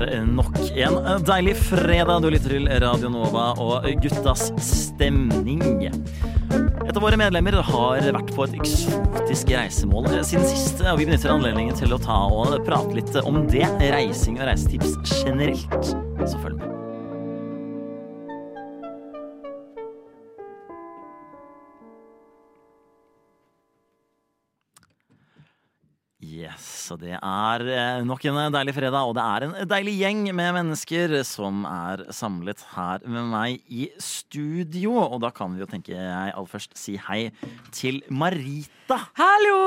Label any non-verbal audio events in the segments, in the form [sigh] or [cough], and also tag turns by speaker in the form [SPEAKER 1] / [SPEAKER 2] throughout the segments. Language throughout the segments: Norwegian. [SPEAKER 1] er nok en deilig fredag. Du lytter til Radio Nova og guttas stemning. Et av våre medlemmer har vært på et eksotisk reisemål siden sist. Og vi benytter anledningen til å ta og prate litt om det. Reising og reisetips generelt. Så følg med. Yes, og det er eh, nok en deilig fredag, og det er en deilig gjeng med mennesker som er samlet her med meg i studio. Og da kan vi jo, tenker jeg, aller først si hei til Marita.
[SPEAKER 2] Hallo!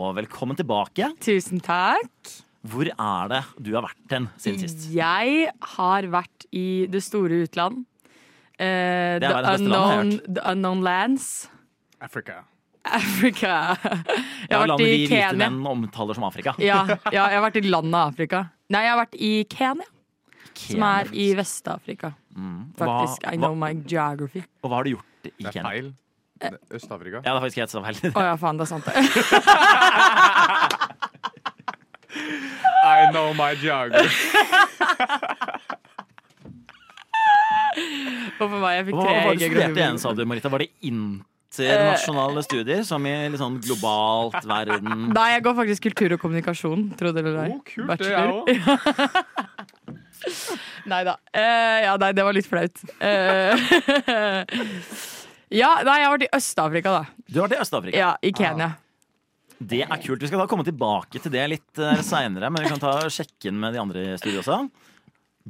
[SPEAKER 1] Og velkommen tilbake.
[SPEAKER 2] Tusen takk.
[SPEAKER 1] Hvor er det du har vært hen siden sist?
[SPEAKER 2] Mm. Jeg har vært i det store utland. Eh,
[SPEAKER 1] Det er
[SPEAKER 2] the,
[SPEAKER 1] verdens beste land, har jeg
[SPEAKER 2] unknown, the Unknown Lands. [laughs]
[SPEAKER 3] Africa.
[SPEAKER 2] Africa. Jeg
[SPEAKER 1] Det er
[SPEAKER 2] har vært
[SPEAKER 1] landet
[SPEAKER 2] i
[SPEAKER 1] de hvite
[SPEAKER 2] Kenya.
[SPEAKER 1] menn omtaler som Afrika.
[SPEAKER 2] Ja, ja, jeg har vært i landet Afrika. Nei, jeg har vært i Kenya, som
[SPEAKER 1] Kenya. Mm.
[SPEAKER 2] er i Vest-Afrika. Faktisk.
[SPEAKER 1] Hva-
[SPEAKER 2] I know my geography.
[SPEAKER 1] Og hva har du gjort i
[SPEAKER 3] Det er
[SPEAKER 1] Kenya?
[SPEAKER 3] feil.
[SPEAKER 2] Eh.
[SPEAKER 3] Det er Øst-Afrika.
[SPEAKER 1] Ja, det er faktisk helt så feil.
[SPEAKER 2] Å ja, faen, det [laughs] er sant. det.
[SPEAKER 3] I know my
[SPEAKER 2] Eh,
[SPEAKER 3] geography.
[SPEAKER 2] Hvorfor var jeg jeg fikk
[SPEAKER 1] Hva
[SPEAKER 2] tre
[SPEAKER 1] var det du
[SPEAKER 2] geografi-
[SPEAKER 1] studerte igjen, sa du, Marita? Var det
[SPEAKER 2] Eh.
[SPEAKER 1] internasjonale studier, som i litt sånn globalt
[SPEAKER 2] [laughs]
[SPEAKER 1] verden?
[SPEAKER 2] Nei, jeg går faktisk kultur og kommunikasjon, tro det eller ei.
[SPEAKER 3] Oh, kult, det er
[SPEAKER 2] Bachelor.
[SPEAKER 3] jeg
[SPEAKER 2] [laughs]
[SPEAKER 3] òg.
[SPEAKER 2] Nei da. Eh, ja, nei, det var litt flaut. Eh, [laughs] ja, nei, jeg har vært i Øst-Afrika, da.
[SPEAKER 1] Du har vært i Øst-Afrika.
[SPEAKER 2] Ja, I Kenya.
[SPEAKER 1] Det er kult. Vi skal da komme tilbake til det litt uh, seinere, men vi kan ta sjekke inn med de andre i studio også.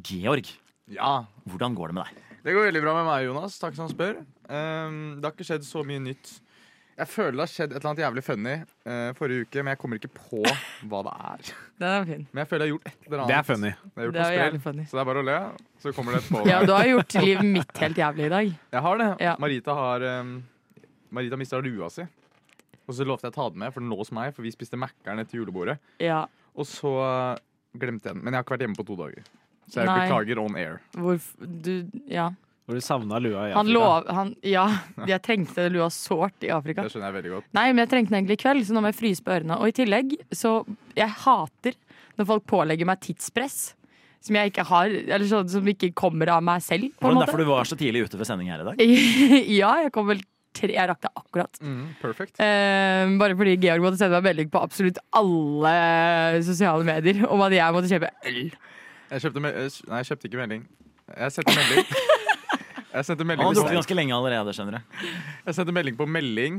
[SPEAKER 1] Georg,
[SPEAKER 3] Ja.
[SPEAKER 1] hvordan går det med deg?
[SPEAKER 3] Det går veldig bra med meg, Jonas. Takk som spør. Um, det har ikke skjedd så mye nytt. Jeg føler det har skjedd et eller annet jævlig funny eh, forrige uke, men jeg kommer ikke på hva det er.
[SPEAKER 2] Den er fin.
[SPEAKER 3] Men jeg føler jeg har gjort et eller annet.
[SPEAKER 4] Det er funny.
[SPEAKER 3] Det er gjort
[SPEAKER 2] Det er
[SPEAKER 3] på
[SPEAKER 2] jævlig
[SPEAKER 3] sprell.
[SPEAKER 2] funny.
[SPEAKER 3] Så det er bare å le, så
[SPEAKER 2] [laughs]
[SPEAKER 3] kommer det etterpå.
[SPEAKER 2] Ja, du har gjort livet mitt helt jævlig i dag.
[SPEAKER 3] Jeg har det.
[SPEAKER 2] Ja.
[SPEAKER 3] Marita har um, Marita mista lua si. Og så lovte jeg å ta den med, for den lå hos meg, for vi spiste Mækkern etter julebordet.
[SPEAKER 2] Ja,
[SPEAKER 3] Og så glemte jeg den. Men jeg har ikke vært hjemme på to dager. Så jeg
[SPEAKER 2] Nei.
[SPEAKER 3] beklager on air.
[SPEAKER 2] hvorf... Du Ja.
[SPEAKER 4] Hvor du savna lua i
[SPEAKER 2] Han
[SPEAKER 4] Afrika.
[SPEAKER 2] lov... Han, ja, jeg trengte lua sårt i Afrika.
[SPEAKER 3] Det skjønner jeg veldig godt.
[SPEAKER 2] Nei, men jeg trengte den egentlig i kveld, så nå må jeg fryse på ørene. Og i tillegg, så jeg hater når folk pålegger meg tidspress. Som jeg ikke har, eller sånn som ikke kommer av meg selv, på
[SPEAKER 1] Var
[SPEAKER 2] en
[SPEAKER 1] det
[SPEAKER 2] måte.
[SPEAKER 1] derfor du var så tidlig ute ved sending her i dag?
[SPEAKER 2] [laughs] ja, jeg kom vel tre Jeg rakk det akkurat.
[SPEAKER 3] Mm, perfect.
[SPEAKER 2] Eh, bare fordi Georg måtte sende meg melding på absolutt alle sosiale medier om at jeg måtte kjøpe øl.
[SPEAKER 3] Jeg kjøpte me eh, s- Nei, jeg kjøpte ikke melding. Jeg sendte
[SPEAKER 2] [laughs]
[SPEAKER 3] melding. Jeg sendte
[SPEAKER 1] Han
[SPEAKER 3] melding,
[SPEAKER 1] har drukket
[SPEAKER 3] på,
[SPEAKER 1] ganske lenge allerede, skjønner du.
[SPEAKER 3] jeg sendte melding på melding,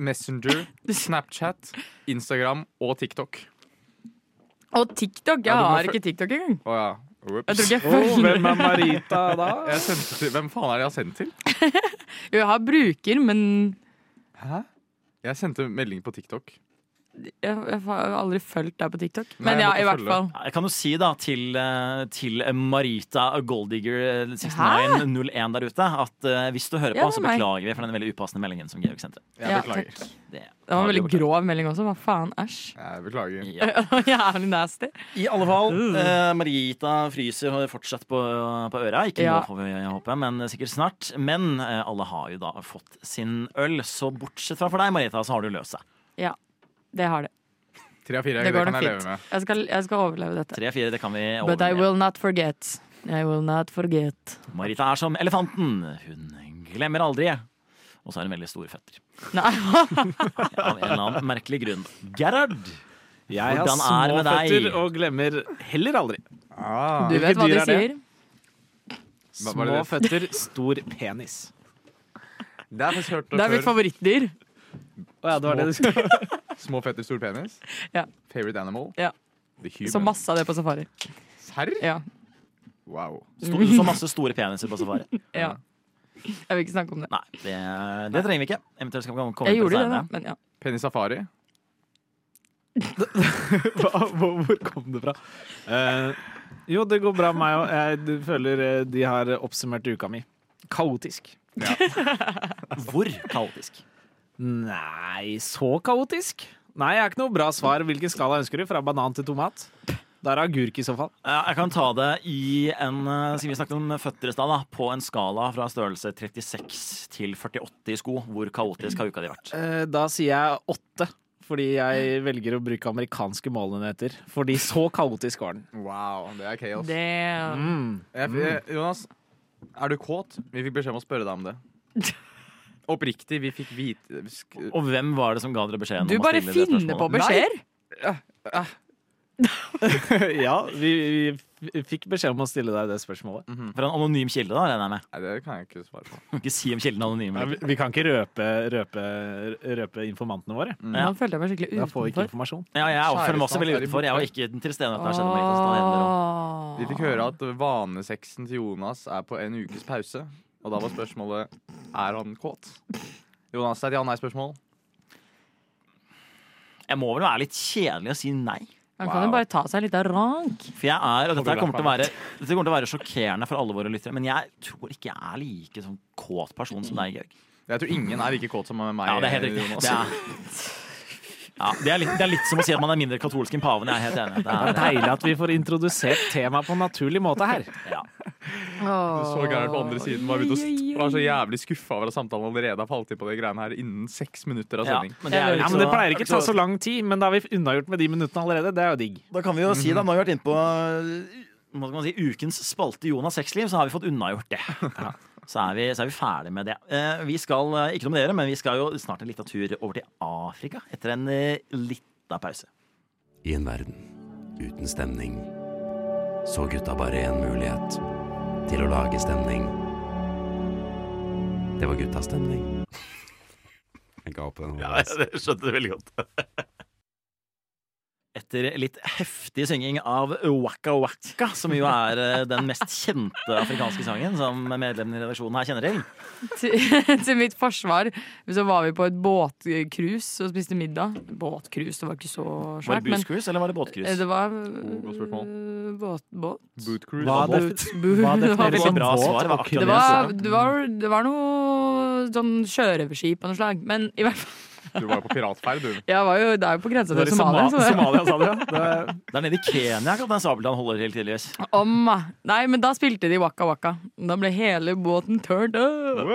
[SPEAKER 3] Messenger, Snapchat, Instagram og TikTok.
[SPEAKER 2] Og TikTok. Jeg
[SPEAKER 3] Ja, du må
[SPEAKER 2] har
[SPEAKER 3] fø-
[SPEAKER 2] ikke TikTok engang.
[SPEAKER 3] Å ja. Whoops.
[SPEAKER 2] Jeg tror ikke jeg
[SPEAKER 4] Å,
[SPEAKER 2] følger
[SPEAKER 4] hvem er Marita da?
[SPEAKER 3] Jeg sendte til, hvem faen er det jeg har sendt til?
[SPEAKER 2] Jo, jeg har bruker, men
[SPEAKER 3] Hæ? Jeg sendte melding på TikTok.
[SPEAKER 2] jeg, jeg har aldri fulgt deg på TikTok.
[SPEAKER 3] Nei,
[SPEAKER 2] Men
[SPEAKER 3] jeg
[SPEAKER 2] ja,
[SPEAKER 3] måtte
[SPEAKER 2] i hvert
[SPEAKER 3] følge.
[SPEAKER 2] fall.
[SPEAKER 1] Jeg kan jo si da til, eh, til Marita eh,
[SPEAKER 2] Hæ?
[SPEAKER 1] Golddigger6901 der ute at eh, hvis du hører på,
[SPEAKER 2] Ja, det er
[SPEAKER 1] så
[SPEAKER 2] meg.
[SPEAKER 1] beklager vi for den veldig upassende meldingen som Georg sendte.
[SPEAKER 3] Jeg
[SPEAKER 2] Ja,
[SPEAKER 3] beklager.
[SPEAKER 2] takk.
[SPEAKER 1] Det,
[SPEAKER 2] Det var en veldig grov melding også. Hva faen? Æsj. [laughs]
[SPEAKER 3] Jeg beklager.
[SPEAKER 1] Ja.
[SPEAKER 2] Jævlig nasty.
[SPEAKER 1] I alle fall,
[SPEAKER 2] Mm.
[SPEAKER 1] eh, Marita fryser og fortsatt på, på øra. Ikke
[SPEAKER 2] Ja.
[SPEAKER 1] nå, får vi håpe, men sikkert snart. Men eh, alle har jo da fått sin øl, så bortsett fra for deg, Marita, så har du løst seg.
[SPEAKER 2] Ja, det har det.
[SPEAKER 3] Tre av fire,
[SPEAKER 2] Det
[SPEAKER 3] det,
[SPEAKER 2] går
[SPEAKER 3] kan
[SPEAKER 2] nok
[SPEAKER 3] jeg leve
[SPEAKER 2] fint.
[SPEAKER 3] med.
[SPEAKER 2] Jeg skal, jeg skal overleve dette.
[SPEAKER 1] Tre-fire, det kan vi
[SPEAKER 2] But I
[SPEAKER 1] overleve.
[SPEAKER 2] will not forget. I will not forget.
[SPEAKER 1] Marita er som elefanten. Hun glemmer aldri. Og så har hun veldig store føtter.
[SPEAKER 2] Nei,
[SPEAKER 1] Av en eller annen merkelig grunn. Gerhard!
[SPEAKER 4] Jeg har
[SPEAKER 1] Hvordan
[SPEAKER 4] små
[SPEAKER 1] er det med deg?
[SPEAKER 4] føtter og glemmer heller aldri.
[SPEAKER 3] Ah,
[SPEAKER 2] du vet
[SPEAKER 4] Hvilket
[SPEAKER 2] hva
[SPEAKER 4] dyr
[SPEAKER 2] de
[SPEAKER 4] er det?
[SPEAKER 2] sier.
[SPEAKER 3] Hva- hva er det
[SPEAKER 4] Små
[SPEAKER 3] det-
[SPEAKER 4] føtter, stor penis.
[SPEAKER 3] det har jeg faktisk hørt
[SPEAKER 2] Det er mitt
[SPEAKER 3] før.
[SPEAKER 2] favorittdyr.
[SPEAKER 4] Å ja, det var det du skulle [laughs]
[SPEAKER 3] Små fetter, stor penis.
[SPEAKER 2] Ja.
[SPEAKER 3] Favorite animal.
[SPEAKER 2] Ja.
[SPEAKER 3] The human.
[SPEAKER 2] Så masse av det på safari.
[SPEAKER 3] Serr?
[SPEAKER 2] Ja,
[SPEAKER 3] Wow.
[SPEAKER 1] Sto,
[SPEAKER 2] Mm.
[SPEAKER 1] du så masse store peniser på safari.
[SPEAKER 2] ja. Jeg vil ikke snakke om det.
[SPEAKER 1] Nei, det, det trenger vi ikke. Eventuelt skal vi komme
[SPEAKER 2] Jeg
[SPEAKER 1] inn på det
[SPEAKER 2] gjorde det, da.
[SPEAKER 1] senere.
[SPEAKER 2] Men ja.
[SPEAKER 3] Penis safari.
[SPEAKER 4] Hva, hvor, hvor kom det fra? Eh, jo, det går bra med meg òg. Jeg du føler eh, de har oppsummert uka mi. Kaotisk.
[SPEAKER 1] Hvor kaotisk?
[SPEAKER 4] Nei, så kaotisk? Nei, jeg har ikke noe bra svar. Hvilken skala ønsker du? Fra banan til tomat? Da er det agurk i så fall.
[SPEAKER 1] Ja, Eh, Jeg kan ta det i en eh, Siden vi snakket om føtter i stad, da, på en skala fra størrelse 36 til 48 i sko. Hvor kaotisk har uka di vært?
[SPEAKER 4] Eh, Da sier jeg åtte. fordi jeg velger å bruke amerikanske målenheter. Fordi så kaotisk var den.
[SPEAKER 3] Wow, det er chaos.
[SPEAKER 2] Damn.
[SPEAKER 4] Mm.
[SPEAKER 3] Jeg, jeg, Jonas, er du kåt? Vi fikk beskjed om å spørre deg om
[SPEAKER 2] [laughs]
[SPEAKER 3] det. Oppriktig, vi fikk vite sk-
[SPEAKER 1] Og hvem var det som ga dere beskjeden?
[SPEAKER 2] Du
[SPEAKER 1] om å
[SPEAKER 2] bare
[SPEAKER 1] stille det
[SPEAKER 2] finner på
[SPEAKER 1] spørsmålet?
[SPEAKER 2] beskjeder.
[SPEAKER 4] [laughs] Ja, vi, vi fikk beskjed om å stille deg det spørsmålet.
[SPEAKER 1] Mm. For en anonym kilde, da, regner jeg med.
[SPEAKER 3] Nei, det kan jeg ikke svare på.
[SPEAKER 1] Kan ikke si om kilden er anonym.
[SPEAKER 4] Ja,
[SPEAKER 1] eller
[SPEAKER 4] vi,
[SPEAKER 1] ikke.
[SPEAKER 4] vi kan ikke røpe, røpe, røpe informantene våre.
[SPEAKER 1] Ja.
[SPEAKER 2] Nå følte jeg meg skikkelig
[SPEAKER 4] Da får vi ikke
[SPEAKER 2] utenfor.
[SPEAKER 4] informasjon.
[SPEAKER 1] Ja, jeg er også,
[SPEAKER 3] Kjæresten
[SPEAKER 1] for masse veldig
[SPEAKER 3] er i
[SPEAKER 1] utenfor. Jeg var ikke til stede da det skjedde. med Niklas Dahl heller,
[SPEAKER 2] Åh.
[SPEAKER 3] Vi fikk høre at vanesexen til Jonas er på en ukes pause. Og da var spørsmålet er han kåt. Jonas, det er et ja-nei-spørsmål.
[SPEAKER 1] og- Jeg må vel være litt kjedelig og si nei.
[SPEAKER 2] Han kan jo
[SPEAKER 3] Wow.
[SPEAKER 2] bare ta seg litt av rank.
[SPEAKER 1] For jeg er, og dette her kommer til å være, dette kommer til å være sjokkerende for alle våre lyttere, men jeg tror ikke jeg er like sånn kåt person som deg, Georg.
[SPEAKER 3] Jeg tror ingen er like kåt som meg.
[SPEAKER 1] Ja, det er helt riktig.
[SPEAKER 3] Jonas.
[SPEAKER 1] Det er, ja, det, er litt, det er litt som å si at man er mindre katolsk enn paven. Jeg er helt enig.
[SPEAKER 4] Det er
[SPEAKER 1] Det er,
[SPEAKER 4] deilig at vi får introdusert temaet på en naturlig måte her.
[SPEAKER 1] ja.
[SPEAKER 3] Det er så gærent på andre siden. Bare begynte å st- var så jævlig skuffa over at samtalen allerede har falt inn på de greiene her innen seks minutter av
[SPEAKER 1] Ja,
[SPEAKER 3] sending.
[SPEAKER 1] men det er jo
[SPEAKER 4] Ja,
[SPEAKER 1] ikke
[SPEAKER 4] men Det
[SPEAKER 1] så-
[SPEAKER 4] pleier ikke å ta så lang tid, men da har vi unnagjort med de minuttene allerede. Det er jo digg.
[SPEAKER 1] Da kan vi jo si, da, nå har vi vært inne på hva skal man si, ukens spalte Jonas sexliv, så har vi fått unnagjort det. Så er vi, så er vi ferdig med det. Eh, Vi skal eh, ikke noe med dere, men vi skal jo snart en liten tur over til Afrika etter en eh, liten pause.
[SPEAKER 5] I en verden uten stemning så gutta bare én mulighet til å lage stemning. Det var guttas stemning. Jeg ga opp den.
[SPEAKER 1] det skjønte du veldig godt. [laughs] Etter litt heftig synging av Waka Waka, som jo er eh, den mest kjente afrikanske sangen som medlemmene i redaksjonen her kjenner til.
[SPEAKER 2] til, [laughs] til mitt forsvar så var vi på et båtcruise og spiste middag. Båtcruise, det var ikke så
[SPEAKER 1] Var
[SPEAKER 2] svært.
[SPEAKER 1] det
[SPEAKER 2] Men
[SPEAKER 1] buscruise eller var det
[SPEAKER 2] eh,
[SPEAKER 1] båtcruise?
[SPEAKER 2] det var
[SPEAKER 3] godt spørsmål.
[SPEAKER 2] eh, båt, båt.
[SPEAKER 3] Bootcruise.
[SPEAKER 4] Hva
[SPEAKER 3] Hva
[SPEAKER 4] def-
[SPEAKER 2] Bu-
[SPEAKER 4] hva
[SPEAKER 2] [laughs] det var
[SPEAKER 4] defineres
[SPEAKER 1] veldig
[SPEAKER 4] som
[SPEAKER 1] bra
[SPEAKER 4] båt
[SPEAKER 1] svar,
[SPEAKER 4] og
[SPEAKER 1] akkurat
[SPEAKER 2] Det
[SPEAKER 1] det
[SPEAKER 4] cruise?
[SPEAKER 2] var, det var, det var noe sånn sjørøverskip av noe slag. Men i hvert fall
[SPEAKER 3] Du var jo på piratferd, du.
[SPEAKER 2] Jeg var jo, det er jo på grensa
[SPEAKER 4] Det var
[SPEAKER 2] til
[SPEAKER 4] i Somalia,
[SPEAKER 2] Somalia. Så det.
[SPEAKER 4] Somalia sa du, [laughs] ja. Det-
[SPEAKER 1] Det er nede i Kenya at den sabeltann holder helt tidligvis.
[SPEAKER 2] [laughs] Om, ah. Nei, men da spilte de Waka Waka. Da ble hele båten turned up.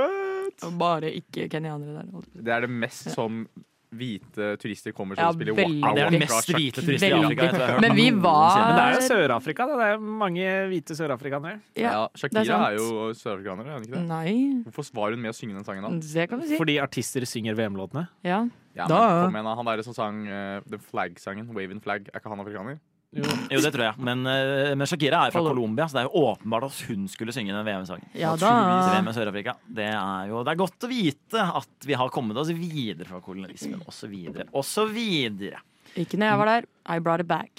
[SPEAKER 2] Og Bare ikke kenyanere der.
[SPEAKER 3] Det er det mest som hvite turister kommer til
[SPEAKER 2] Ja,
[SPEAKER 3] å spille
[SPEAKER 2] veldig.
[SPEAKER 3] waka
[SPEAKER 1] Det er
[SPEAKER 2] den
[SPEAKER 1] den
[SPEAKER 3] waka
[SPEAKER 1] mest
[SPEAKER 3] sjakk.
[SPEAKER 1] hvite turisten i Afrika. Jeg tror jeg har hørt
[SPEAKER 2] Men vi
[SPEAKER 1] noensinne.
[SPEAKER 4] Men det
[SPEAKER 2] var-
[SPEAKER 4] er jo Sør-Afrika, da. Det er mange hvite sørafrikanere.
[SPEAKER 3] Ja,
[SPEAKER 2] Ja, det er
[SPEAKER 3] Shakira
[SPEAKER 2] sant. Mm.
[SPEAKER 3] er, jo sørafrikaner, er hun ikke det?
[SPEAKER 2] Nei,
[SPEAKER 3] Hvorfor var hun med å synge den sangen da?
[SPEAKER 2] det kan du si.
[SPEAKER 4] Fordi artister synger VM-låtene.
[SPEAKER 2] Ja.
[SPEAKER 3] Ja, men,
[SPEAKER 2] Da-
[SPEAKER 3] kom igjen, da. Han derre som sang eh, The Flag-sangen, Waving Flag, er ikke han afrikaner?
[SPEAKER 1] Jo, det tror jeg. Men, eh, men Shakira er jo fra
[SPEAKER 2] Follow.
[SPEAKER 1] Colombia, så det er jo åpenbart at hun skulle synge den VM-sangen.
[SPEAKER 2] Ja,
[SPEAKER 1] Naturligvis
[SPEAKER 2] da.
[SPEAKER 1] VM i Sør-Afrika. Det er jo det er godt å vite at vi har kommet oss videre fra kolonialismen, og så videre, og så videre.
[SPEAKER 2] Ikke når jeg var der. I brought it back.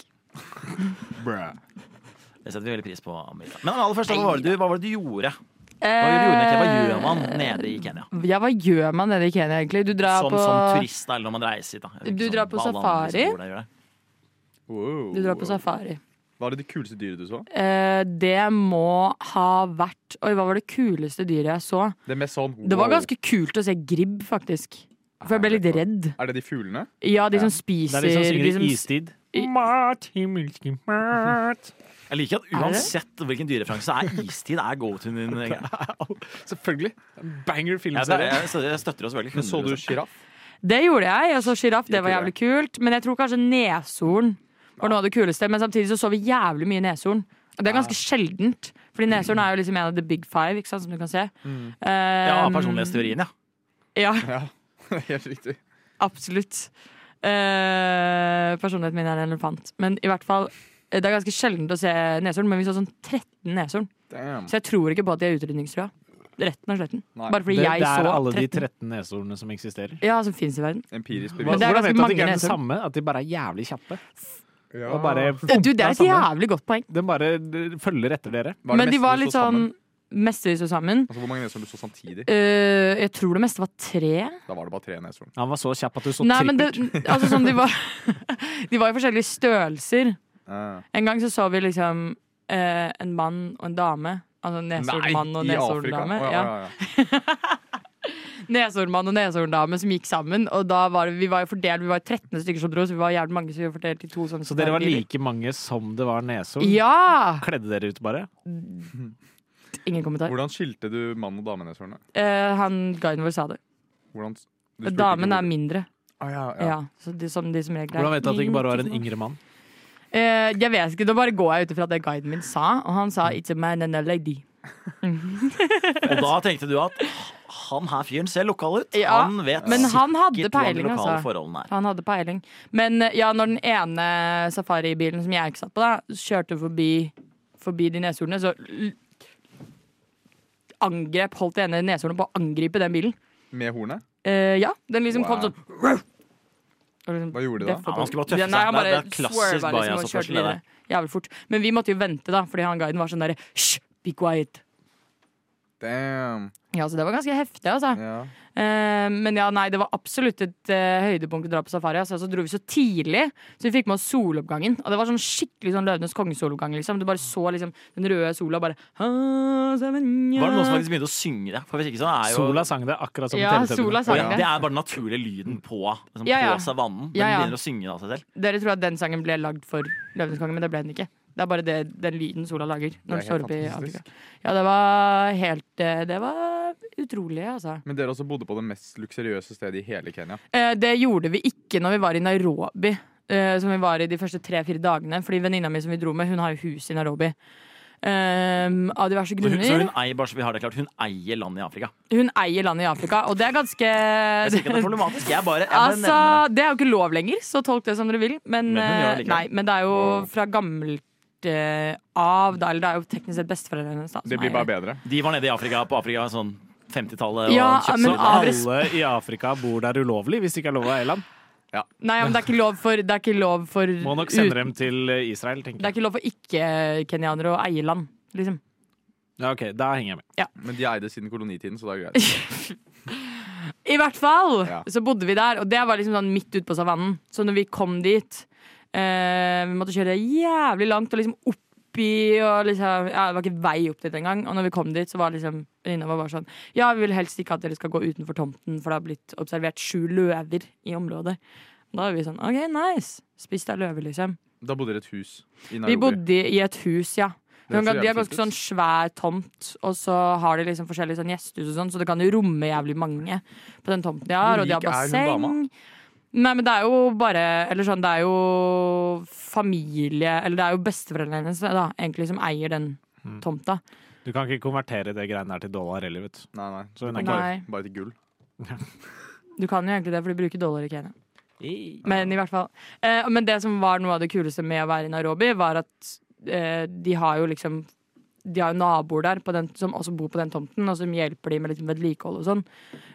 [SPEAKER 1] Det setter vi veldig pris på. Amrita. Men aller først, hva var det du, hva var det du gjorde? Hva gjorde du egentlig?
[SPEAKER 2] Eh,
[SPEAKER 1] Hva gjør man nede i Kenya?
[SPEAKER 2] Ja, hva gjør man nede i Kenya, egentlig? Du drar
[SPEAKER 1] Som,
[SPEAKER 2] på
[SPEAKER 1] som turist, da, eller når man reiser hit. Da. Jeg vet
[SPEAKER 2] Du
[SPEAKER 1] ikke
[SPEAKER 2] drar
[SPEAKER 1] sånn
[SPEAKER 2] på
[SPEAKER 1] hva alle andre som
[SPEAKER 2] safari.
[SPEAKER 1] bor der gjør.
[SPEAKER 3] Wow.
[SPEAKER 2] Du drar på safari.
[SPEAKER 3] Hva er det kuleste dyret du så?
[SPEAKER 2] Eh, det må ha vært Oi, hva var det kuleste dyret jeg så?
[SPEAKER 3] Det mest sånn
[SPEAKER 2] Det var
[SPEAKER 3] wow.
[SPEAKER 2] ganske kult å se gribb, faktisk. For jeg ble litt redd.
[SPEAKER 3] Er det de fuglene? [laughs]
[SPEAKER 2] Ja, de som
[SPEAKER 4] Det
[SPEAKER 2] spiser
[SPEAKER 4] er de som synger liksom
[SPEAKER 2] de som-
[SPEAKER 4] i istid.
[SPEAKER 2] I-
[SPEAKER 4] Mat, himmelske mat.
[SPEAKER 1] Jeg liker at uansett hvilken dyrereferanse det er, istid er go-to-en din.
[SPEAKER 2] [laughs]
[SPEAKER 1] Geir.
[SPEAKER 4] Selvfølgelig. Banger
[SPEAKER 1] Ja, det er,
[SPEAKER 4] filmserie.
[SPEAKER 1] jeg støtter- jeg støtter oss veldig.
[SPEAKER 3] Men så du
[SPEAKER 1] 100%.
[SPEAKER 3] sjiraff?
[SPEAKER 2] Det gjorde jeg. Altså, Sjiraff, det var
[SPEAKER 3] Gjorde
[SPEAKER 2] jævlig kult. Men jeg tror kanskje neshorn var noe av det kuleste. Men samtidig så så vi jævlig mye neshorn. Og det er ganske sjeldent. Fordi neshorn er jo liksom en av the big five, ikke sant, som du kan se.
[SPEAKER 1] Ja,
[SPEAKER 2] Eh,
[SPEAKER 1] personlighetsteorien, ja.
[SPEAKER 2] [laughs] Ja,
[SPEAKER 3] Helt riktig.
[SPEAKER 2] absolutt. Eh, personligheten min er en elefant. Men i hvert fall eh, det er ganske sjeldent å se neshorn, men vi så sånn 13 neshorn.
[SPEAKER 3] Damn.
[SPEAKER 2] Så jeg tror ikke på at de er utrydningstrua. Retten og sletten.
[SPEAKER 3] Nei,
[SPEAKER 2] Bare fordi
[SPEAKER 4] Det,
[SPEAKER 2] jeg
[SPEAKER 4] det er
[SPEAKER 2] så
[SPEAKER 4] alle de
[SPEAKER 2] 13.
[SPEAKER 4] 13 neshornene som eksisterer.
[SPEAKER 2] Ja, som fins i verden.
[SPEAKER 3] Empirisk
[SPEAKER 4] Hva-
[SPEAKER 2] Men
[SPEAKER 3] bevis.
[SPEAKER 2] det er
[SPEAKER 4] Hvordan
[SPEAKER 2] ganske
[SPEAKER 4] vet du at de ikke
[SPEAKER 2] mange
[SPEAKER 4] er den
[SPEAKER 2] neshorn.
[SPEAKER 4] samme? At de bare er jævlig kjappe?
[SPEAKER 3] Ja.
[SPEAKER 4] Og bare
[SPEAKER 2] Du, det er et
[SPEAKER 4] sammen.
[SPEAKER 2] jævlig godt poeng.
[SPEAKER 4] Den bare følger etter dere.
[SPEAKER 3] Hva er det
[SPEAKER 2] Men de
[SPEAKER 3] meste
[SPEAKER 2] var
[SPEAKER 3] du
[SPEAKER 2] litt
[SPEAKER 3] så sammen?
[SPEAKER 2] sånn Mestevis og sammen.
[SPEAKER 3] Altså, Hvor mange neser du så samtidig?
[SPEAKER 2] Eh, jeg tror det meste var tre.
[SPEAKER 3] Da var det bare tre neshorn.
[SPEAKER 4] Han var så kjapp at du så
[SPEAKER 2] Nei, men det,
[SPEAKER 4] trippelt.
[SPEAKER 2] [laughs] altså sånn, de, var, de var [laughs] i forskjellige størrelser.
[SPEAKER 3] Eh,
[SPEAKER 2] En gang så så vi liksom eh, en mann og en dame. Altså neshornmann og
[SPEAKER 3] i Afrika?
[SPEAKER 2] neshorndame. Ja.
[SPEAKER 3] Å, ja, ja, ja.
[SPEAKER 2] Neshornmann og neshorndame som gikk sammen. Og da var det, vi var jo fordelt, vi var 13 stykker som dro, så vi var jævlig mange. Så vi var fordelt i to sånne
[SPEAKER 4] Så dere var
[SPEAKER 2] biler.
[SPEAKER 4] like mange som det var neshorn?
[SPEAKER 2] Ja!
[SPEAKER 4] Kledde dere ut bare?
[SPEAKER 2] Ingen kommentar.
[SPEAKER 3] Hvordan skilte du mann- og dameneshornene?
[SPEAKER 2] Eh, han guiden vår sa det.
[SPEAKER 3] Hvordan... du spurte ikke
[SPEAKER 2] Damen
[SPEAKER 3] hvor-
[SPEAKER 2] er mindre.
[SPEAKER 3] Å, ja,
[SPEAKER 2] Ja.
[SPEAKER 3] ja.
[SPEAKER 2] så de, som de som regel er
[SPEAKER 4] Hvordan vet du at det ikke bare var en
[SPEAKER 2] liten-
[SPEAKER 4] yngre mann?
[SPEAKER 2] Eh, jeg vet ikke, Da bare går jeg ut ifra det guiden min sa, og han sa 'it's a man and a lady'.
[SPEAKER 1] Og da tenkte du at han her fyren ser lokal ut.
[SPEAKER 2] Ja,
[SPEAKER 1] han vet
[SPEAKER 2] men han hadde
[SPEAKER 1] sikkert
[SPEAKER 2] peiling,
[SPEAKER 1] hvordan de lokale
[SPEAKER 2] altså.
[SPEAKER 1] forholdene er.
[SPEAKER 2] Han hadde peiling. Men eh, ja, når den ene safaribilen som jeg ikke satt på, da, kjørte forbi, forbi de neshornene, så l- angrep, holdt det ene neshornet på å angripe den bilen.
[SPEAKER 3] Med hornet?
[SPEAKER 2] Eh, ja, den liksom kom
[SPEAKER 3] Wow.
[SPEAKER 2] sånn og liksom,
[SPEAKER 3] Hva gjorde de da?
[SPEAKER 2] deffet
[SPEAKER 1] Ja,
[SPEAKER 2] på.
[SPEAKER 1] man skulle bare tøffe
[SPEAKER 2] Ja, nei,
[SPEAKER 1] seg.
[SPEAKER 2] han
[SPEAKER 1] Det er-
[SPEAKER 2] bare
[SPEAKER 1] det er klassisk
[SPEAKER 2] swerva liksom og
[SPEAKER 1] Bajas-oppførsel,
[SPEAKER 2] kjørte videre. Jævlig fort. Men vi måtte jo vente, da, fordi han guiden var sånn derre Hysj, be quiet.
[SPEAKER 3] Damn.
[SPEAKER 2] Ja, så det var ganske heftig, altså.
[SPEAKER 3] Ja.
[SPEAKER 2] Eh, men ja, nei, det var absolutt et eh, høydepunkt å dra på safari. Altså. Så dro vi så tidlig, så vi fikk med oss soloppgangen. Og det var sånn skikkelig sånn Løvenes kongesoloppgang, liksom. Du bare så liksom den røde sola bare
[SPEAKER 1] Var det noen som
[SPEAKER 2] Var
[SPEAKER 1] faktisk begynte å synge det? For hvis ikke så er jo
[SPEAKER 4] Sola sang det akkurat som
[SPEAKER 2] Ja,
[SPEAKER 4] Teletubbies.
[SPEAKER 2] sola
[SPEAKER 1] Å
[SPEAKER 2] sang
[SPEAKER 1] ja,
[SPEAKER 2] det.
[SPEAKER 1] Det er bare den naturlige lyden på, liksom,
[SPEAKER 2] Ja, ja.
[SPEAKER 1] på savannen. Den
[SPEAKER 2] Ja, ja.
[SPEAKER 1] begynner å synge av seg selv.
[SPEAKER 2] Dere tror at den sangen ble lagd for Løvenes konge, men det ble den ikke. Det er bare det, den lyden sola lager når den
[SPEAKER 3] Det er
[SPEAKER 2] står
[SPEAKER 3] helt
[SPEAKER 2] oppe i
[SPEAKER 3] fantastisk.
[SPEAKER 2] Afrika. Ja, det var helt eh, Det var utrolig, altså.
[SPEAKER 3] Men dere også bodde på det mest luksuriøse stedet i hele Kenya.
[SPEAKER 2] Eh, Det gjorde vi ikke når vi var i Nairobi, eh, som vi var i de første tre-fire dagene. Fordi venninna mi som vi dro med, hun har jo hus i Nairobi. Ehm, av diverse
[SPEAKER 1] Så hun, så hun
[SPEAKER 2] grunner.
[SPEAKER 1] eier bare så vi har det klart Hun eier landet i Afrika.
[SPEAKER 2] Hun eier landet i Afrika, og det er ganske
[SPEAKER 1] Jeg sier ikke at det er problematisk. Jeg bare, jeg bare
[SPEAKER 2] Altså,
[SPEAKER 1] nevner det.
[SPEAKER 2] det er jo ikke lov lenger, så tolk det som dere vil.
[SPEAKER 1] Men
[SPEAKER 2] Men,
[SPEAKER 1] hun gjør
[SPEAKER 2] eh,
[SPEAKER 1] det likevel.
[SPEAKER 2] nei, men det er jo fra gammelt eh, av da, Eller det er jo teknisk sett besteforeldrene hennes. da, som
[SPEAKER 3] Det blir
[SPEAKER 2] eier
[SPEAKER 3] bare bedre.
[SPEAKER 1] De var nede i Afrika på Afrika sånn 50-tallet. og
[SPEAKER 2] Ja,
[SPEAKER 1] kjøpte
[SPEAKER 2] men
[SPEAKER 1] seg ut.
[SPEAKER 2] av-
[SPEAKER 4] Alle i Afrika bor der ulovlig hvis det ikke er lov av Eiland.
[SPEAKER 2] Nei, men det er ikke lov for, det er ikke lov for
[SPEAKER 4] Må nok
[SPEAKER 2] ut-
[SPEAKER 4] sende dem til Israel,
[SPEAKER 2] Det
[SPEAKER 4] tenker jeg.
[SPEAKER 2] er ikke lov for ikke-kenyanere å eie land, liksom.
[SPEAKER 4] Ja, ok, Da henger jeg med.
[SPEAKER 3] Men de eide siden kolonitiden, så det er
[SPEAKER 2] [laughs]
[SPEAKER 3] greit.
[SPEAKER 2] I hvert fall
[SPEAKER 3] Ja.
[SPEAKER 2] så bodde vi der, og det var liksom sånn midt ute på savannen. Så når vi kom dit eh, Vi måtte kjøre jævlig langt og liksom oppi og liksom ja, Det var ikke vei opp dit engang. Og når vi kom dit, så var liksom venninna var bare sånn Ja, vi vil helst ikke at dere skal gå utenfor tomten, for det har blitt observert sju løver i området. Da er vi sånn OK, nice. Spist av løver, liksom.
[SPEAKER 3] Da bodde dere i et hus i
[SPEAKER 2] Vi
[SPEAKER 3] Nairobi.
[SPEAKER 2] bodde i et hus, ja.
[SPEAKER 3] Det høres jo
[SPEAKER 2] de har
[SPEAKER 3] jævlig
[SPEAKER 2] ganske
[SPEAKER 3] fint
[SPEAKER 2] sånn
[SPEAKER 3] ut.
[SPEAKER 2] svær tomt, og så har de liksom forskjellige sånn gjestehus og sånn, så det kan jo romme jævlig mange på den tomten de har,
[SPEAKER 3] Hvor
[SPEAKER 2] og de har
[SPEAKER 3] rik er hun
[SPEAKER 2] basseng. Nei, men det er jo bare Eller sånn, det er jo familie Eller det er jo besteforeldrene hennes da, egentlig som eier den
[SPEAKER 3] Mm.
[SPEAKER 2] tomta.
[SPEAKER 4] Du kan ikke konvertere det greiene her til dollar heller, vet du.
[SPEAKER 3] Nei, nei.
[SPEAKER 4] Så hun er ikke
[SPEAKER 2] Nei.
[SPEAKER 3] Bare, bare til gull.
[SPEAKER 2] Du kan jo egentlig det, for de bruker dollar i Kenya. Men i hvert fall eh, Men det som var noe av det kuleste med å være i Nairobi, var at eh, de har jo liksom De har jo naboer der på den, som også bor på den tomten, og som hjelper de med litt vedlikehold og sånn.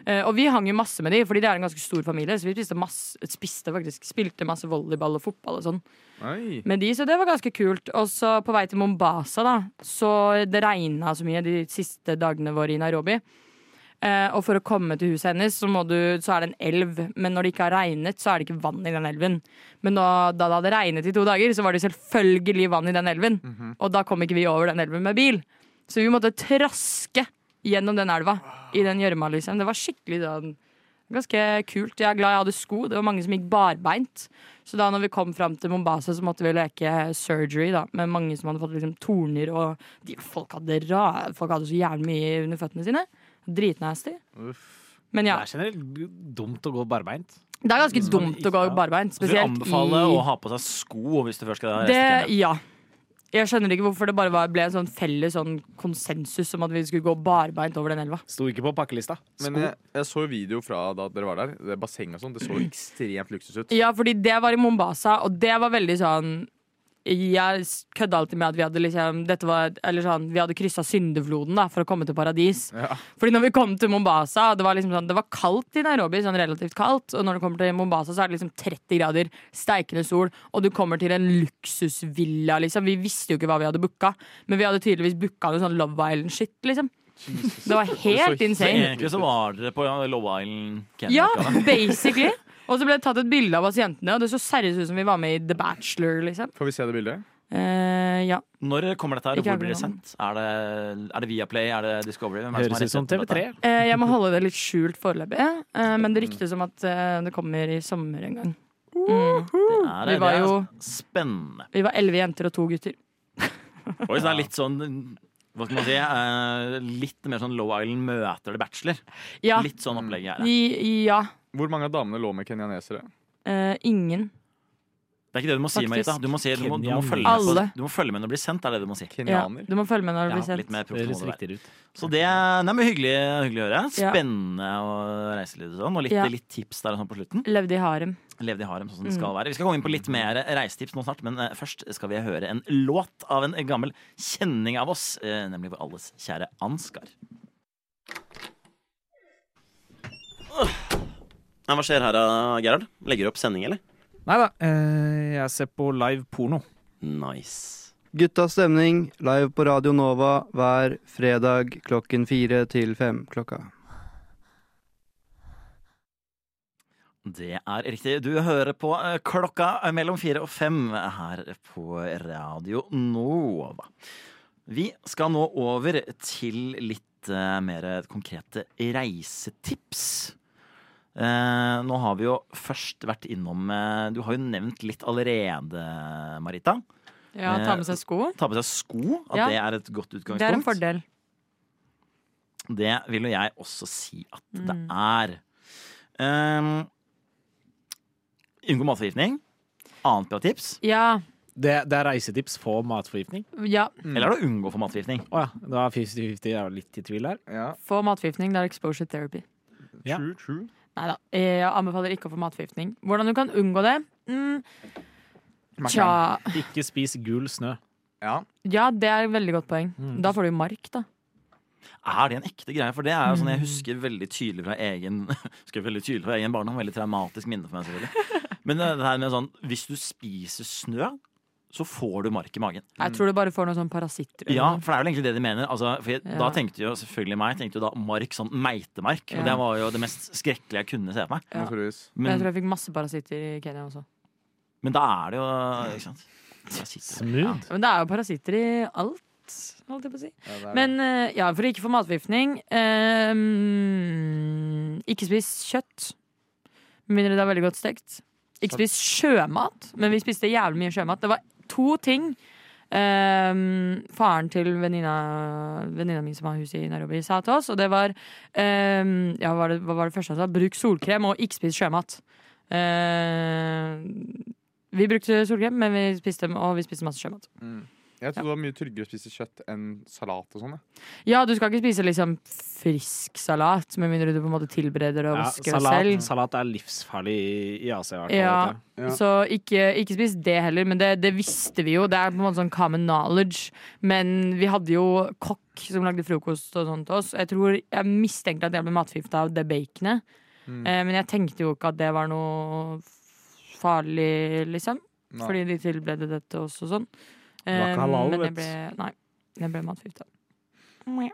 [SPEAKER 2] Eh, og vi hang jo masse med de, fordi det er en ganske stor familie, så vi spiste, masse, spiste faktisk Spilte masse volleyball og fotball og sånn
[SPEAKER 3] Oi.
[SPEAKER 2] med de, så det var ganske kult. Og så på vei til Mombasa, da, så det regna så mye de siste dagene våre i Nairobi. Eh, og for å komme til huset hennes, så, må du, så er det en elv. Men når det ikke har regnet, så er det ikke vann i den elven. Men nå, da det hadde regnet i to dager, så var det selvfølgelig vann i den elven. Og da kom ikke vi over den elven med bil. Så vi måtte traske gjennom den elva. I den gjørma, liksom. Det var skikkelig sånn Ganske kult. Jeg er glad jeg hadde sko. Det var mange som gikk barbeint. Så da når vi kom fram til Mombasa, så måtte vi leke surgery da, med mange som hadde fått liksom, torner. Og de, folk, hadde ra, folk hadde så jævlig mye under føttene sine. Dritnasty.
[SPEAKER 3] Uff.
[SPEAKER 2] Men
[SPEAKER 4] Det
[SPEAKER 2] ja,
[SPEAKER 4] er generelt dumt å gå barbeint.
[SPEAKER 2] det er ganske dumt å gå
[SPEAKER 4] Ja.
[SPEAKER 2] barbeint.
[SPEAKER 1] Så Mm. vi
[SPEAKER 2] Spesielt
[SPEAKER 1] anbefaler
[SPEAKER 2] i
[SPEAKER 1] å ha på seg sko hvis du først skal reise til
[SPEAKER 2] det,
[SPEAKER 1] Kenya.
[SPEAKER 2] Ja. Jeg skjønner ikke hvorfor det bare var, ble en sånn felles sånn konsensus om at vi skulle gå barbeint over den elva.
[SPEAKER 4] Sto ikke på pakkelista. eh,
[SPEAKER 3] Men jeg, jeg så jo video fra da dere var der. Det Basseng og
[SPEAKER 2] [clears throat]
[SPEAKER 3] sånn. Det så jo ekstremt luksus ut.
[SPEAKER 2] Ja, fordi det var i Mombasa, og det var veldig sånn Jeg s- kødda alltid med at vi hadde liksom dette var, Eller sånn, vi hadde kryssa syndefloden da, for å komme til paradis.
[SPEAKER 3] Ja.
[SPEAKER 2] Fordi når vi kom til Mombasa, det var liksom sånn Det var kaldt i Nairobi, sånn relativt kaldt. Og når du kommer til Mombasa, så er det liksom 30 grader, steikende sol, og du kommer til en luksusvilla, liksom. Vi visste jo ikke hva vi hadde booka, men vi hadde tydeligvis booka noe sånn Love Island-shit, liksom. Det var helt
[SPEAKER 3] Så-
[SPEAKER 1] Så
[SPEAKER 2] insane.
[SPEAKER 1] egentlig så var dere på Love Island Kenya.
[SPEAKER 2] Ja,
[SPEAKER 1] ikke sant?
[SPEAKER 2] [laughs] basically. Og så ble det tatt et bilde av oss jentene, og det så seriøst ut som vi var med i The Bachelor. liksom.
[SPEAKER 3] Får vi se det bildet?
[SPEAKER 2] Eh, ja.
[SPEAKER 1] Når kommer dette her, og
[SPEAKER 2] Ikke
[SPEAKER 1] hvor blir det
[SPEAKER 2] akkurat nå.
[SPEAKER 1] sendt? Er det, er det Viaplay, er det Discovery? Hvem er det
[SPEAKER 4] Høres ut
[SPEAKER 1] som
[SPEAKER 4] som
[SPEAKER 1] har rettigheten til
[SPEAKER 4] TV3.
[SPEAKER 1] dette?
[SPEAKER 2] Eh, jeg må holde det litt skjult foreløpig, eh, men det ryktes om at eh, det kommer i sommer en gang.
[SPEAKER 1] Det
[SPEAKER 2] Vi
[SPEAKER 1] er,
[SPEAKER 2] var
[SPEAKER 1] det er
[SPEAKER 2] jo-
[SPEAKER 1] spennende.
[SPEAKER 2] Vi var elleve jenter og to gutter.
[SPEAKER 1] Oi, så det er litt sånn hva skal man si? eh, litt mer sånn Low Island møter The Bachelor.
[SPEAKER 2] Ja. Mm.
[SPEAKER 1] Litt sånn opplegg her.
[SPEAKER 2] I, ja.
[SPEAKER 3] Hvor mange av damene lå med kenyanesere?
[SPEAKER 2] Eh, ingen.
[SPEAKER 1] Det er ikke det du må si,
[SPEAKER 2] Faktisk.
[SPEAKER 1] Marita. Du må, si, du må, du må, følge, med,
[SPEAKER 2] Alle.
[SPEAKER 1] på- du må følge med når det blir sendt. er det du må si.
[SPEAKER 2] Ja,
[SPEAKER 3] Kenyaner?
[SPEAKER 2] du må følge med når det
[SPEAKER 4] Ja,
[SPEAKER 2] blir sendt.
[SPEAKER 1] Litt mer proft må
[SPEAKER 4] Det høres
[SPEAKER 1] det være.
[SPEAKER 4] riktigere ut.
[SPEAKER 1] Så det er nei, men hyggelig, hyggelig å høre.
[SPEAKER 2] Ja.
[SPEAKER 1] Spennende å reise litt og sånn. Og litt,
[SPEAKER 2] Ja.
[SPEAKER 1] litt tips der og sånn på slutten.
[SPEAKER 2] Levde i harem.
[SPEAKER 1] Levd i harem, sånn som det skal være. Vi skal komme inn på litt mer reisetips nå snart, men eh, først skal vi høre en låt av en gammel kjenning av oss, eh, nemlig vår alles kjære Ansgar.
[SPEAKER 6] Nei, hva skjer her, da, Gerhard? Legger du opp sending, eller?
[SPEAKER 4] Nei da, eh, jeg ser på live porno.
[SPEAKER 6] Nice.
[SPEAKER 7] Guttas stemning live på Radio Nova hver fredag klokken fire til fem klokka.
[SPEAKER 1] Det er riktig. Du hører på eh, klokka mellom fire og fem her på Radio Nova. Vi skal nå over til litt eh, mer konkrete reisetips. Eh, nå har vi jo først vært innom eh, Du har jo nevnt litt allerede, Marita.
[SPEAKER 2] Ja, ta med seg sko.
[SPEAKER 1] Ta på seg sko. At
[SPEAKER 2] Ja.
[SPEAKER 1] det er et godt utgangspunkt.
[SPEAKER 2] Det er en fordel.
[SPEAKER 1] Det vil jo jeg også si at det
[SPEAKER 2] Mm.
[SPEAKER 1] er. Um, unngå matforgiftning. Annet bra tips.
[SPEAKER 2] Ja.
[SPEAKER 4] Det, det er reisetips for matforgiftning.
[SPEAKER 2] ja.
[SPEAKER 1] Eller er det å unngå å få matforgiftning?
[SPEAKER 4] Å ja, da er 50-50 jeg er jo litt i tvil der.
[SPEAKER 3] Ja.
[SPEAKER 2] Få matforgiftning. Det er exposure therapy.
[SPEAKER 4] Ja.
[SPEAKER 3] True, true.
[SPEAKER 2] Nei da. Jeg anbefaler ikke å få matforgiftning. Hvordan du kan unngå det? Mm, tja
[SPEAKER 3] Makan.
[SPEAKER 4] Ikke spis gul snø.
[SPEAKER 3] Ja.
[SPEAKER 2] Ja, det er et veldig godt poeng. Da får du jo mark, da.
[SPEAKER 1] Er det en ekte greie? For det er jo sånn
[SPEAKER 2] Mm.
[SPEAKER 1] jeg husker veldig tydelig fra egen [laughs] Husker veldig tydelig fra egen barndom. Veldig traumatisk minne for meg.
[SPEAKER 2] [laughs]
[SPEAKER 1] selvfølgelig Men det det her med sånn Hvis du spiser snø, så får du mark i magen.
[SPEAKER 2] Jeg tror du bare får noen sånne parasitter. eller
[SPEAKER 1] Ja,
[SPEAKER 2] noe.
[SPEAKER 1] for det er vel egentlig det de mener. Altså, for jeg, Da
[SPEAKER 2] Ja.
[SPEAKER 1] tenkte jo selvfølgelig meg Tenkte jo da mark, sånn meitemark.
[SPEAKER 2] Ja.
[SPEAKER 1] Og det var jo det mest skrekkelige jeg kunne se for meg.
[SPEAKER 2] Ja.
[SPEAKER 3] Naturligvis.
[SPEAKER 2] Men jeg
[SPEAKER 1] Men,
[SPEAKER 2] tror jeg fikk masse parasitter i Kenya også.
[SPEAKER 1] men da er det jo Ikke sant? Da sitter det.
[SPEAKER 4] Smooth.
[SPEAKER 2] Men det er jo parasitter i alt, holdt jeg på å si.
[SPEAKER 3] Ja, det er
[SPEAKER 2] Men eh, ja, for å ikke få matforgiftning eh, mm, Ikke spis kjøtt. Med mindre det er veldig godt stekt. Ikke spis sjømat, men vi spiste jævlig mye sjømat. Det var to ting eh, faren til venninna venninna mi som har hus i Nairobi, sa til oss. Og det var, eh, ja, hva var det, Hva var det første han sa? Bruk solkrem og ikke spis sjømat. Eh, vi brukte solkrem, men vi spiste, og vi spiste masse sjømat.
[SPEAKER 3] Mm. Jeg trodde det var mye tryggere å spise kjøtt enn salat og sånn. jeg.
[SPEAKER 2] Ja, du skal ikke spise liksom frisk salat, med mindre du på en måte tilbereder og
[SPEAKER 4] Ja,
[SPEAKER 2] vasker det
[SPEAKER 4] salat,
[SPEAKER 2] selv.
[SPEAKER 4] salat er livsfarlig i- i Asia, i hvert fall.
[SPEAKER 2] Ja.
[SPEAKER 4] vet jeg.
[SPEAKER 3] Ja.
[SPEAKER 2] Så ikke, ikke spis det heller, men det, det visste vi jo. Det er på en måte sånn common knowledge. Men vi hadde jo kokk som lagde frokost og sånt til oss. Jeg tror, jeg mistenkte at jeg ble matforgifta av det baconet.
[SPEAKER 4] Mm.
[SPEAKER 2] Eh, men jeg tenkte jo ikke at det var noe farlig, liksom.
[SPEAKER 3] Nei.
[SPEAKER 2] Fordi de tilberedte det til oss og sånn.
[SPEAKER 4] var ikke
[SPEAKER 2] Eh,
[SPEAKER 4] halal,
[SPEAKER 2] men
[SPEAKER 4] vet
[SPEAKER 2] jeg ble, nei, jeg ble matforgifta.
[SPEAKER 1] Mm.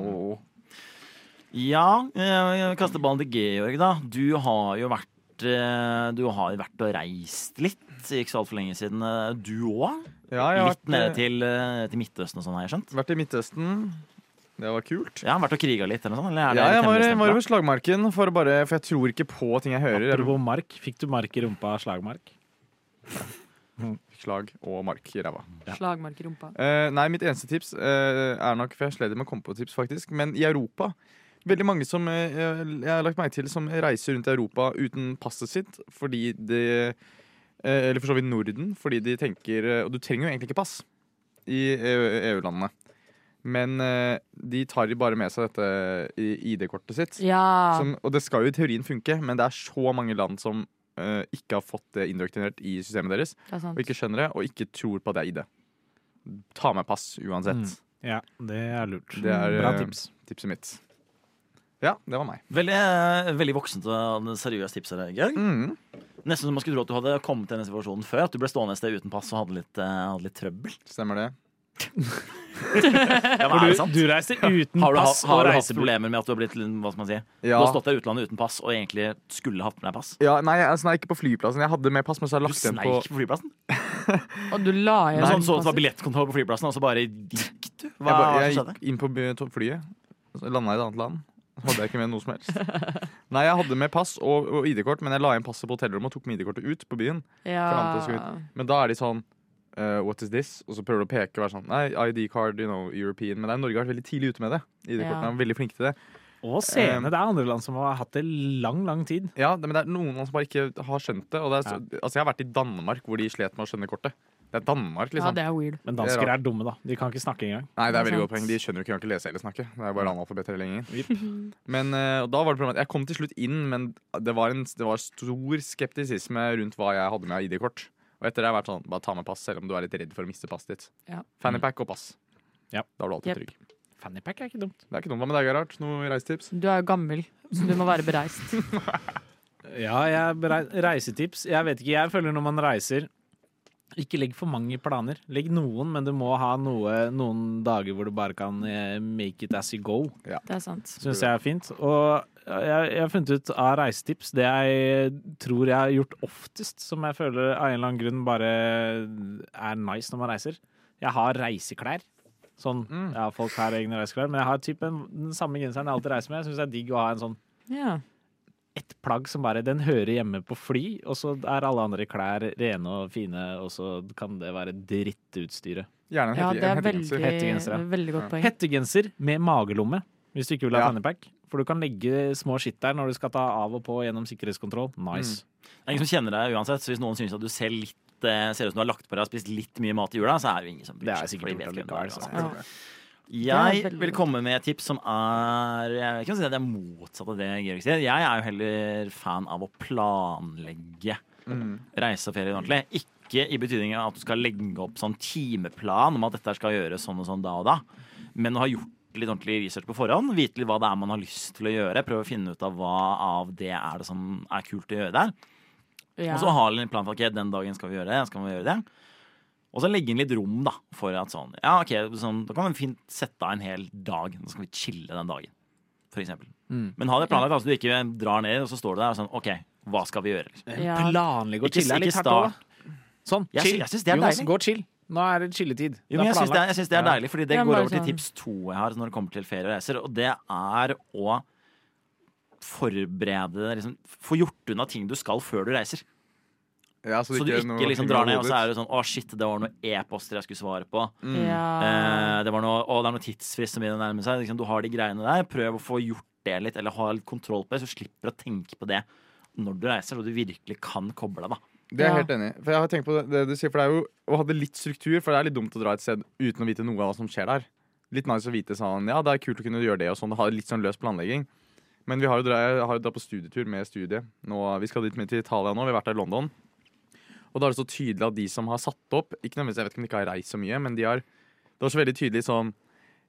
[SPEAKER 1] Wow. Ja, eh, kaste ballen til Georg, da. Du har jo vært eh, Du har jo vært og reist litt ikke så altfor lenge siden, eh, du òg?
[SPEAKER 3] Ja, jeg har
[SPEAKER 1] Litt
[SPEAKER 3] vært,
[SPEAKER 1] nede
[SPEAKER 3] eh,
[SPEAKER 1] til, eh, til Midtøsten og sånn, har jeg skjønt?
[SPEAKER 3] vært i Midtøsten. Det var kult.
[SPEAKER 1] Ja, vært og kriga litt eller noe sånt? Eller er det
[SPEAKER 3] Ja, jeg var,
[SPEAKER 1] temmelig stempla?
[SPEAKER 3] var over slagmarken, for, å bare, for jeg tror ikke på ting jeg hører. Jeg
[SPEAKER 4] Apropos mark, fikk du mark i rumpa av slagmark?
[SPEAKER 3] fikk Slag og mark i ræva.
[SPEAKER 2] Slagmark i rumpa.
[SPEAKER 3] Eh, nei, mitt eneste tips eh, er nok For jeg sleder med å komme på tips, faktisk. Men i Europa Veldig mange som eh, jeg har lagt merke til Som reiser rundt i Europa uten passet sitt fordi de eh, Eller for så vidt Norden, fordi de tenker eh, Og du trenger jo egentlig ikke pass i EU- EU-landene. Men eh, de tar bare med seg dette i ID-kortet sitt.
[SPEAKER 2] Ja.
[SPEAKER 3] Som, og det skal jo i teorien funke, men det er så mange land som eh, ikke har fått det indoktrinert i systemet deres,
[SPEAKER 2] Det er sant.
[SPEAKER 3] og ikke skjønner det, og ikke tror på at det er ID. Ta med pass uansett.
[SPEAKER 4] Mm. Ja, det er lurt.
[SPEAKER 3] Det er
[SPEAKER 4] Bra
[SPEAKER 3] eh,
[SPEAKER 4] tips.
[SPEAKER 3] tipset mitt. Ja, det var meg.
[SPEAKER 1] Veldig, eh, veldig voksent og seriøst tips her, Georg.
[SPEAKER 3] Mm.
[SPEAKER 1] Nesten som man skulle tro at du hadde kommet til denne situasjonen før. At du ble stående et sted uten pass og hadde litt, eh, hadde litt
[SPEAKER 4] [laughs]
[SPEAKER 1] trøbbel.
[SPEAKER 3] Stemmer det.
[SPEAKER 1] Ja, men
[SPEAKER 4] For
[SPEAKER 1] er
[SPEAKER 4] du,
[SPEAKER 1] det sant?
[SPEAKER 4] du reiser uten
[SPEAKER 1] Har du, ha-
[SPEAKER 4] pass og
[SPEAKER 1] har du hatt
[SPEAKER 4] reisebil.
[SPEAKER 1] problemer med at du har blitt hva skal man si,
[SPEAKER 3] Ja.
[SPEAKER 1] Du har stått der i utlandet uten pass og egentlig skulle hatt med deg pass?
[SPEAKER 3] Ja, nei, jeg sneik på flyplassen. Jeg hadde med pass, men så har
[SPEAKER 1] Du
[SPEAKER 3] jeg lagt igjen
[SPEAKER 1] sneik
[SPEAKER 3] på
[SPEAKER 1] på flyplassen?
[SPEAKER 2] Og du la igjen
[SPEAKER 1] Nei, sånn, så det var
[SPEAKER 2] passet.
[SPEAKER 1] billettkontroll på flyplassen, og så bare gikk du?
[SPEAKER 3] Jeg,
[SPEAKER 1] Hva
[SPEAKER 3] ba-
[SPEAKER 1] hva
[SPEAKER 3] jeg
[SPEAKER 1] som skjedde?
[SPEAKER 3] gikk inn på by- to- flyet, landa i et annet land. Så hadde jeg ikke med noe som
[SPEAKER 1] [laughs]
[SPEAKER 3] helst. Nei, jeg hadde med pass og, og ID-kort, men jeg la igjen passet på hotellrommet og tok med ID-kortet ut på byen. fram til
[SPEAKER 2] ja.
[SPEAKER 3] skudd. Men da er de sånn eh, What is this? Og så prøver du å peke og være sånn Nei, ID card, you know, European. Men det er Norge har vært veldig tidlig ute med det.
[SPEAKER 2] Ja.
[SPEAKER 3] ID-kortene er veldig flinke til det.
[SPEAKER 4] Og seende. Det er andre land som har hatt det lang, lang tid.
[SPEAKER 3] Ja, det, men det er noen som bare ikke har skjønt det. Og det er, så- Altså, jeg har vært i Danmark hvor de slet med å skjønne kortet. Det er Danmark,
[SPEAKER 2] Ja,
[SPEAKER 3] liksom.
[SPEAKER 2] det er weird.
[SPEAKER 4] Men
[SPEAKER 3] Det er
[SPEAKER 4] dansker
[SPEAKER 3] rart.
[SPEAKER 4] er dumme, da. De kan ikke snakke engang.
[SPEAKER 3] Nei, det er
[SPEAKER 2] Det er
[SPEAKER 3] veldig godt
[SPEAKER 2] sant.
[SPEAKER 3] poeng. De skjønner jo ikke engang til å lese eller snakke. Det er bare analfabeter hele gjengen.
[SPEAKER 4] Vipp.
[SPEAKER 3] Men eh, og da var det problemet at jeg kom til slutt inn, men det var, en, det var stor skeptisisme rundt hva jeg hadde med av ID-kort. Og etter det har jeg vært sånn, bare ta med pass, selv om du er litt redd for å miste passet ditt.
[SPEAKER 2] Ja.
[SPEAKER 3] Fannypack og pass.
[SPEAKER 4] Ja.
[SPEAKER 3] Da er du alltid
[SPEAKER 2] Jep.
[SPEAKER 3] trygg.
[SPEAKER 4] Fannypack er ikke dumt.
[SPEAKER 3] Det er ikke noe med deg, Gerhard. Noe reisetips?
[SPEAKER 2] Du er jo gammel, så du må være bereist.
[SPEAKER 4] Ja, jeg, berei- reisetips. Jeg vet ikke, jeg føler når man reiser ikke legg for mange planer. Legg noen, men du må ha noe, noen dager hvor du bare kan eh, make it as you go.
[SPEAKER 2] Det er sant.
[SPEAKER 4] Syns jeg er fint. Og jeg, jeg har funnet ut av reisetips det jeg tror jeg har gjort oftest, som jeg føler av en eller annen grunn bare er nice når man reiser. Jeg har reiseklær. Sånn, ja, Folk har egne reiseklær, men jeg har typ en, den samme genseren jeg alltid reiser med. Jeg syns det er digg å ha en sånn
[SPEAKER 2] Ja.
[SPEAKER 4] ett plagg som bare Den hører hjemme på fly, og så er alle andre klær rene og fine, og så kan det være drittutstyret.
[SPEAKER 3] Gjerne en,
[SPEAKER 2] ja,
[SPEAKER 3] hette,
[SPEAKER 2] det er
[SPEAKER 3] en
[SPEAKER 2] veldig,
[SPEAKER 3] hettegenser.
[SPEAKER 4] Hettegenser, ja.
[SPEAKER 2] veldig godt poeng.
[SPEAKER 4] Hettegenser med magelomme, hvis du ikke vil ha
[SPEAKER 3] Ja.
[SPEAKER 4] fannypack. For du kan legge små skitt der når du skal ta av og på gjennom sikkerhetskontroll. Nice.
[SPEAKER 1] Det er ingen som kjenner deg uansett, så hvis noen synes at du ser litt eh, Ser ut som du har lagt på deg og spist litt mye mat i jula, så er det jo ingen som bryr
[SPEAKER 4] Det er
[SPEAKER 1] seg, for
[SPEAKER 4] sikkert
[SPEAKER 1] de vet
[SPEAKER 4] gjort
[SPEAKER 1] hvem du er,
[SPEAKER 4] allikevel.
[SPEAKER 1] altså.
[SPEAKER 4] så.
[SPEAKER 2] Ja. Det er
[SPEAKER 1] Jeg
[SPEAKER 2] veldig
[SPEAKER 1] vil
[SPEAKER 2] godt.
[SPEAKER 1] komme med et tips som er Jeg kan si at det er motsatt av det Georg sier. Jeg er jo heller fan av å planlegge
[SPEAKER 2] Mm.
[SPEAKER 1] reise og ferie ordentlig. Ikke i betydningen at du skal legge opp sånn timeplan om at dette skal gjøres sånn og sånn da og da, men å ha gjort litt ordentlig research på forhånd, vite litt hva det er man har lyst til å gjøre, prøve å finne ut av hva av det er det som er kult å gjøre der.
[SPEAKER 2] Ja.
[SPEAKER 1] Og så har en plan for ok, den dagen skal vi gjøre det, skal vi gjøre det. Og så legge inn litt rom da, for at sånn, ja ok, sånn, da kan vi fint sette av en hel dag, da skal vi chille den dagen, for eksempel.
[SPEAKER 3] Mm.
[SPEAKER 1] Men ha det planlagt, altså du ikke drar ned, og så står du der og sånn, ok, hva skal vi gjøre? liksom?
[SPEAKER 2] Ja.
[SPEAKER 4] Planlegge og
[SPEAKER 1] Ikke-
[SPEAKER 4] chille er litt
[SPEAKER 1] ikke
[SPEAKER 4] hardt òg, da. Sånn,
[SPEAKER 1] Jeg
[SPEAKER 4] chill.
[SPEAKER 1] sy- jeg synes det er
[SPEAKER 4] Jonas,
[SPEAKER 1] deilig.
[SPEAKER 4] gå og chill. Nå er det chilletid.
[SPEAKER 1] Jo, men jeg syns det, er- jeg synes det er
[SPEAKER 4] Ja.
[SPEAKER 1] deilig, fordi det
[SPEAKER 2] Ja,
[SPEAKER 1] går
[SPEAKER 2] bare
[SPEAKER 1] over til
[SPEAKER 2] sånn.
[SPEAKER 1] tips to jeg har når det kommer til ferie og reiser, og det er å forberede deg, liksom, få gjort unna ting du skal før du reiser.
[SPEAKER 3] Ja, så,
[SPEAKER 1] Så du
[SPEAKER 3] det ikke er
[SPEAKER 1] ikke
[SPEAKER 3] noe
[SPEAKER 1] liksom
[SPEAKER 3] ting
[SPEAKER 1] drar
[SPEAKER 3] i
[SPEAKER 1] ned, og
[SPEAKER 3] hodet
[SPEAKER 1] så
[SPEAKER 3] ditt.
[SPEAKER 1] er det sånn å shit, det var noen e-poster jeg skulle svare på.
[SPEAKER 2] Ja.
[SPEAKER 1] Eh, det, var noe, å, det er noen tidsfrist som begynner å nærme seg. Liksom, du har de greiene der. Prøv å få gjort det litt, eller ha litt kontroll på det, så du slipper å tenke på det når du reiser, og du virkelig kan koble deg. da.
[SPEAKER 3] Det er jeg
[SPEAKER 2] Ja.
[SPEAKER 3] helt enig i. For jeg har tenkt på det, det du sier, for det er jo å ha det litt struktur, for det er litt dumt å dra et sted uten å vite noe av hva som skjer der. Litt nice å vite sånn, ja, det er kult å kunne gjøre det og sånn, ha litt sånn løs planlegging. Men vi har jo dra, jeg har jo dra på studietur med studiet. Nå, vi skal dit med til Italia nå, vi har vært der i London. Og da er det så tydelig at de som har satt opp, ikke nødvendigvis, jeg vet ikke om de ikke har reist så mye, men de har, det var så veldig tydelig sånn,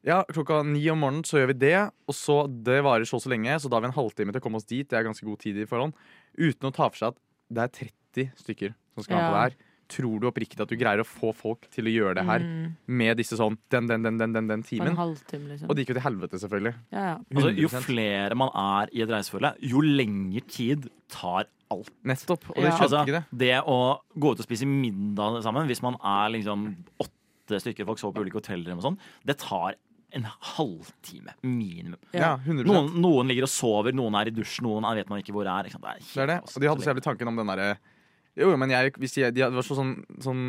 [SPEAKER 3] ja, klokka ni om morgenen så gjør vi det, og så det varer så og så lenge, så da har vi en halvtime til å komme oss dit, det er ganske god tid i forhånd, uten å ta for seg at det er 30 stykker som skal ha på
[SPEAKER 2] Ja.
[SPEAKER 3] det her. Tror du oppriktig at du greier å få folk til å gjøre det her
[SPEAKER 2] Mm,
[SPEAKER 3] med disse sånn den, den, den, den, den, den
[SPEAKER 2] på en
[SPEAKER 3] timen?
[SPEAKER 2] halvtime, liksom.
[SPEAKER 3] Og det gikk jo til helvete, selvfølgelig.
[SPEAKER 2] ja, ja.
[SPEAKER 1] Altså, jo
[SPEAKER 3] 100%.
[SPEAKER 1] flere man er i et reisefølge, jo lengre tid tar alt.
[SPEAKER 3] Nettopp. Og det
[SPEAKER 2] Ja.
[SPEAKER 3] skjønte
[SPEAKER 1] Altså,
[SPEAKER 3] ikke det.
[SPEAKER 1] det å gå ut og spise middag sammen, hvis man er liksom åtte stykker folk sover på ulike hoteller, og sånn, det tar en halvtime minimum.
[SPEAKER 2] Ja.
[SPEAKER 3] Ja, 100
[SPEAKER 1] Noen, noen ligger og sover, noen er i dusj, noen er, vet man ikke hvor er. Ikke sant? Det er, helt
[SPEAKER 3] Det er det.
[SPEAKER 1] kaos.
[SPEAKER 3] Og de hadde så jævlig tanken om den derre jo, jo, men jeg, hvis jeg, de var så sånn, sånn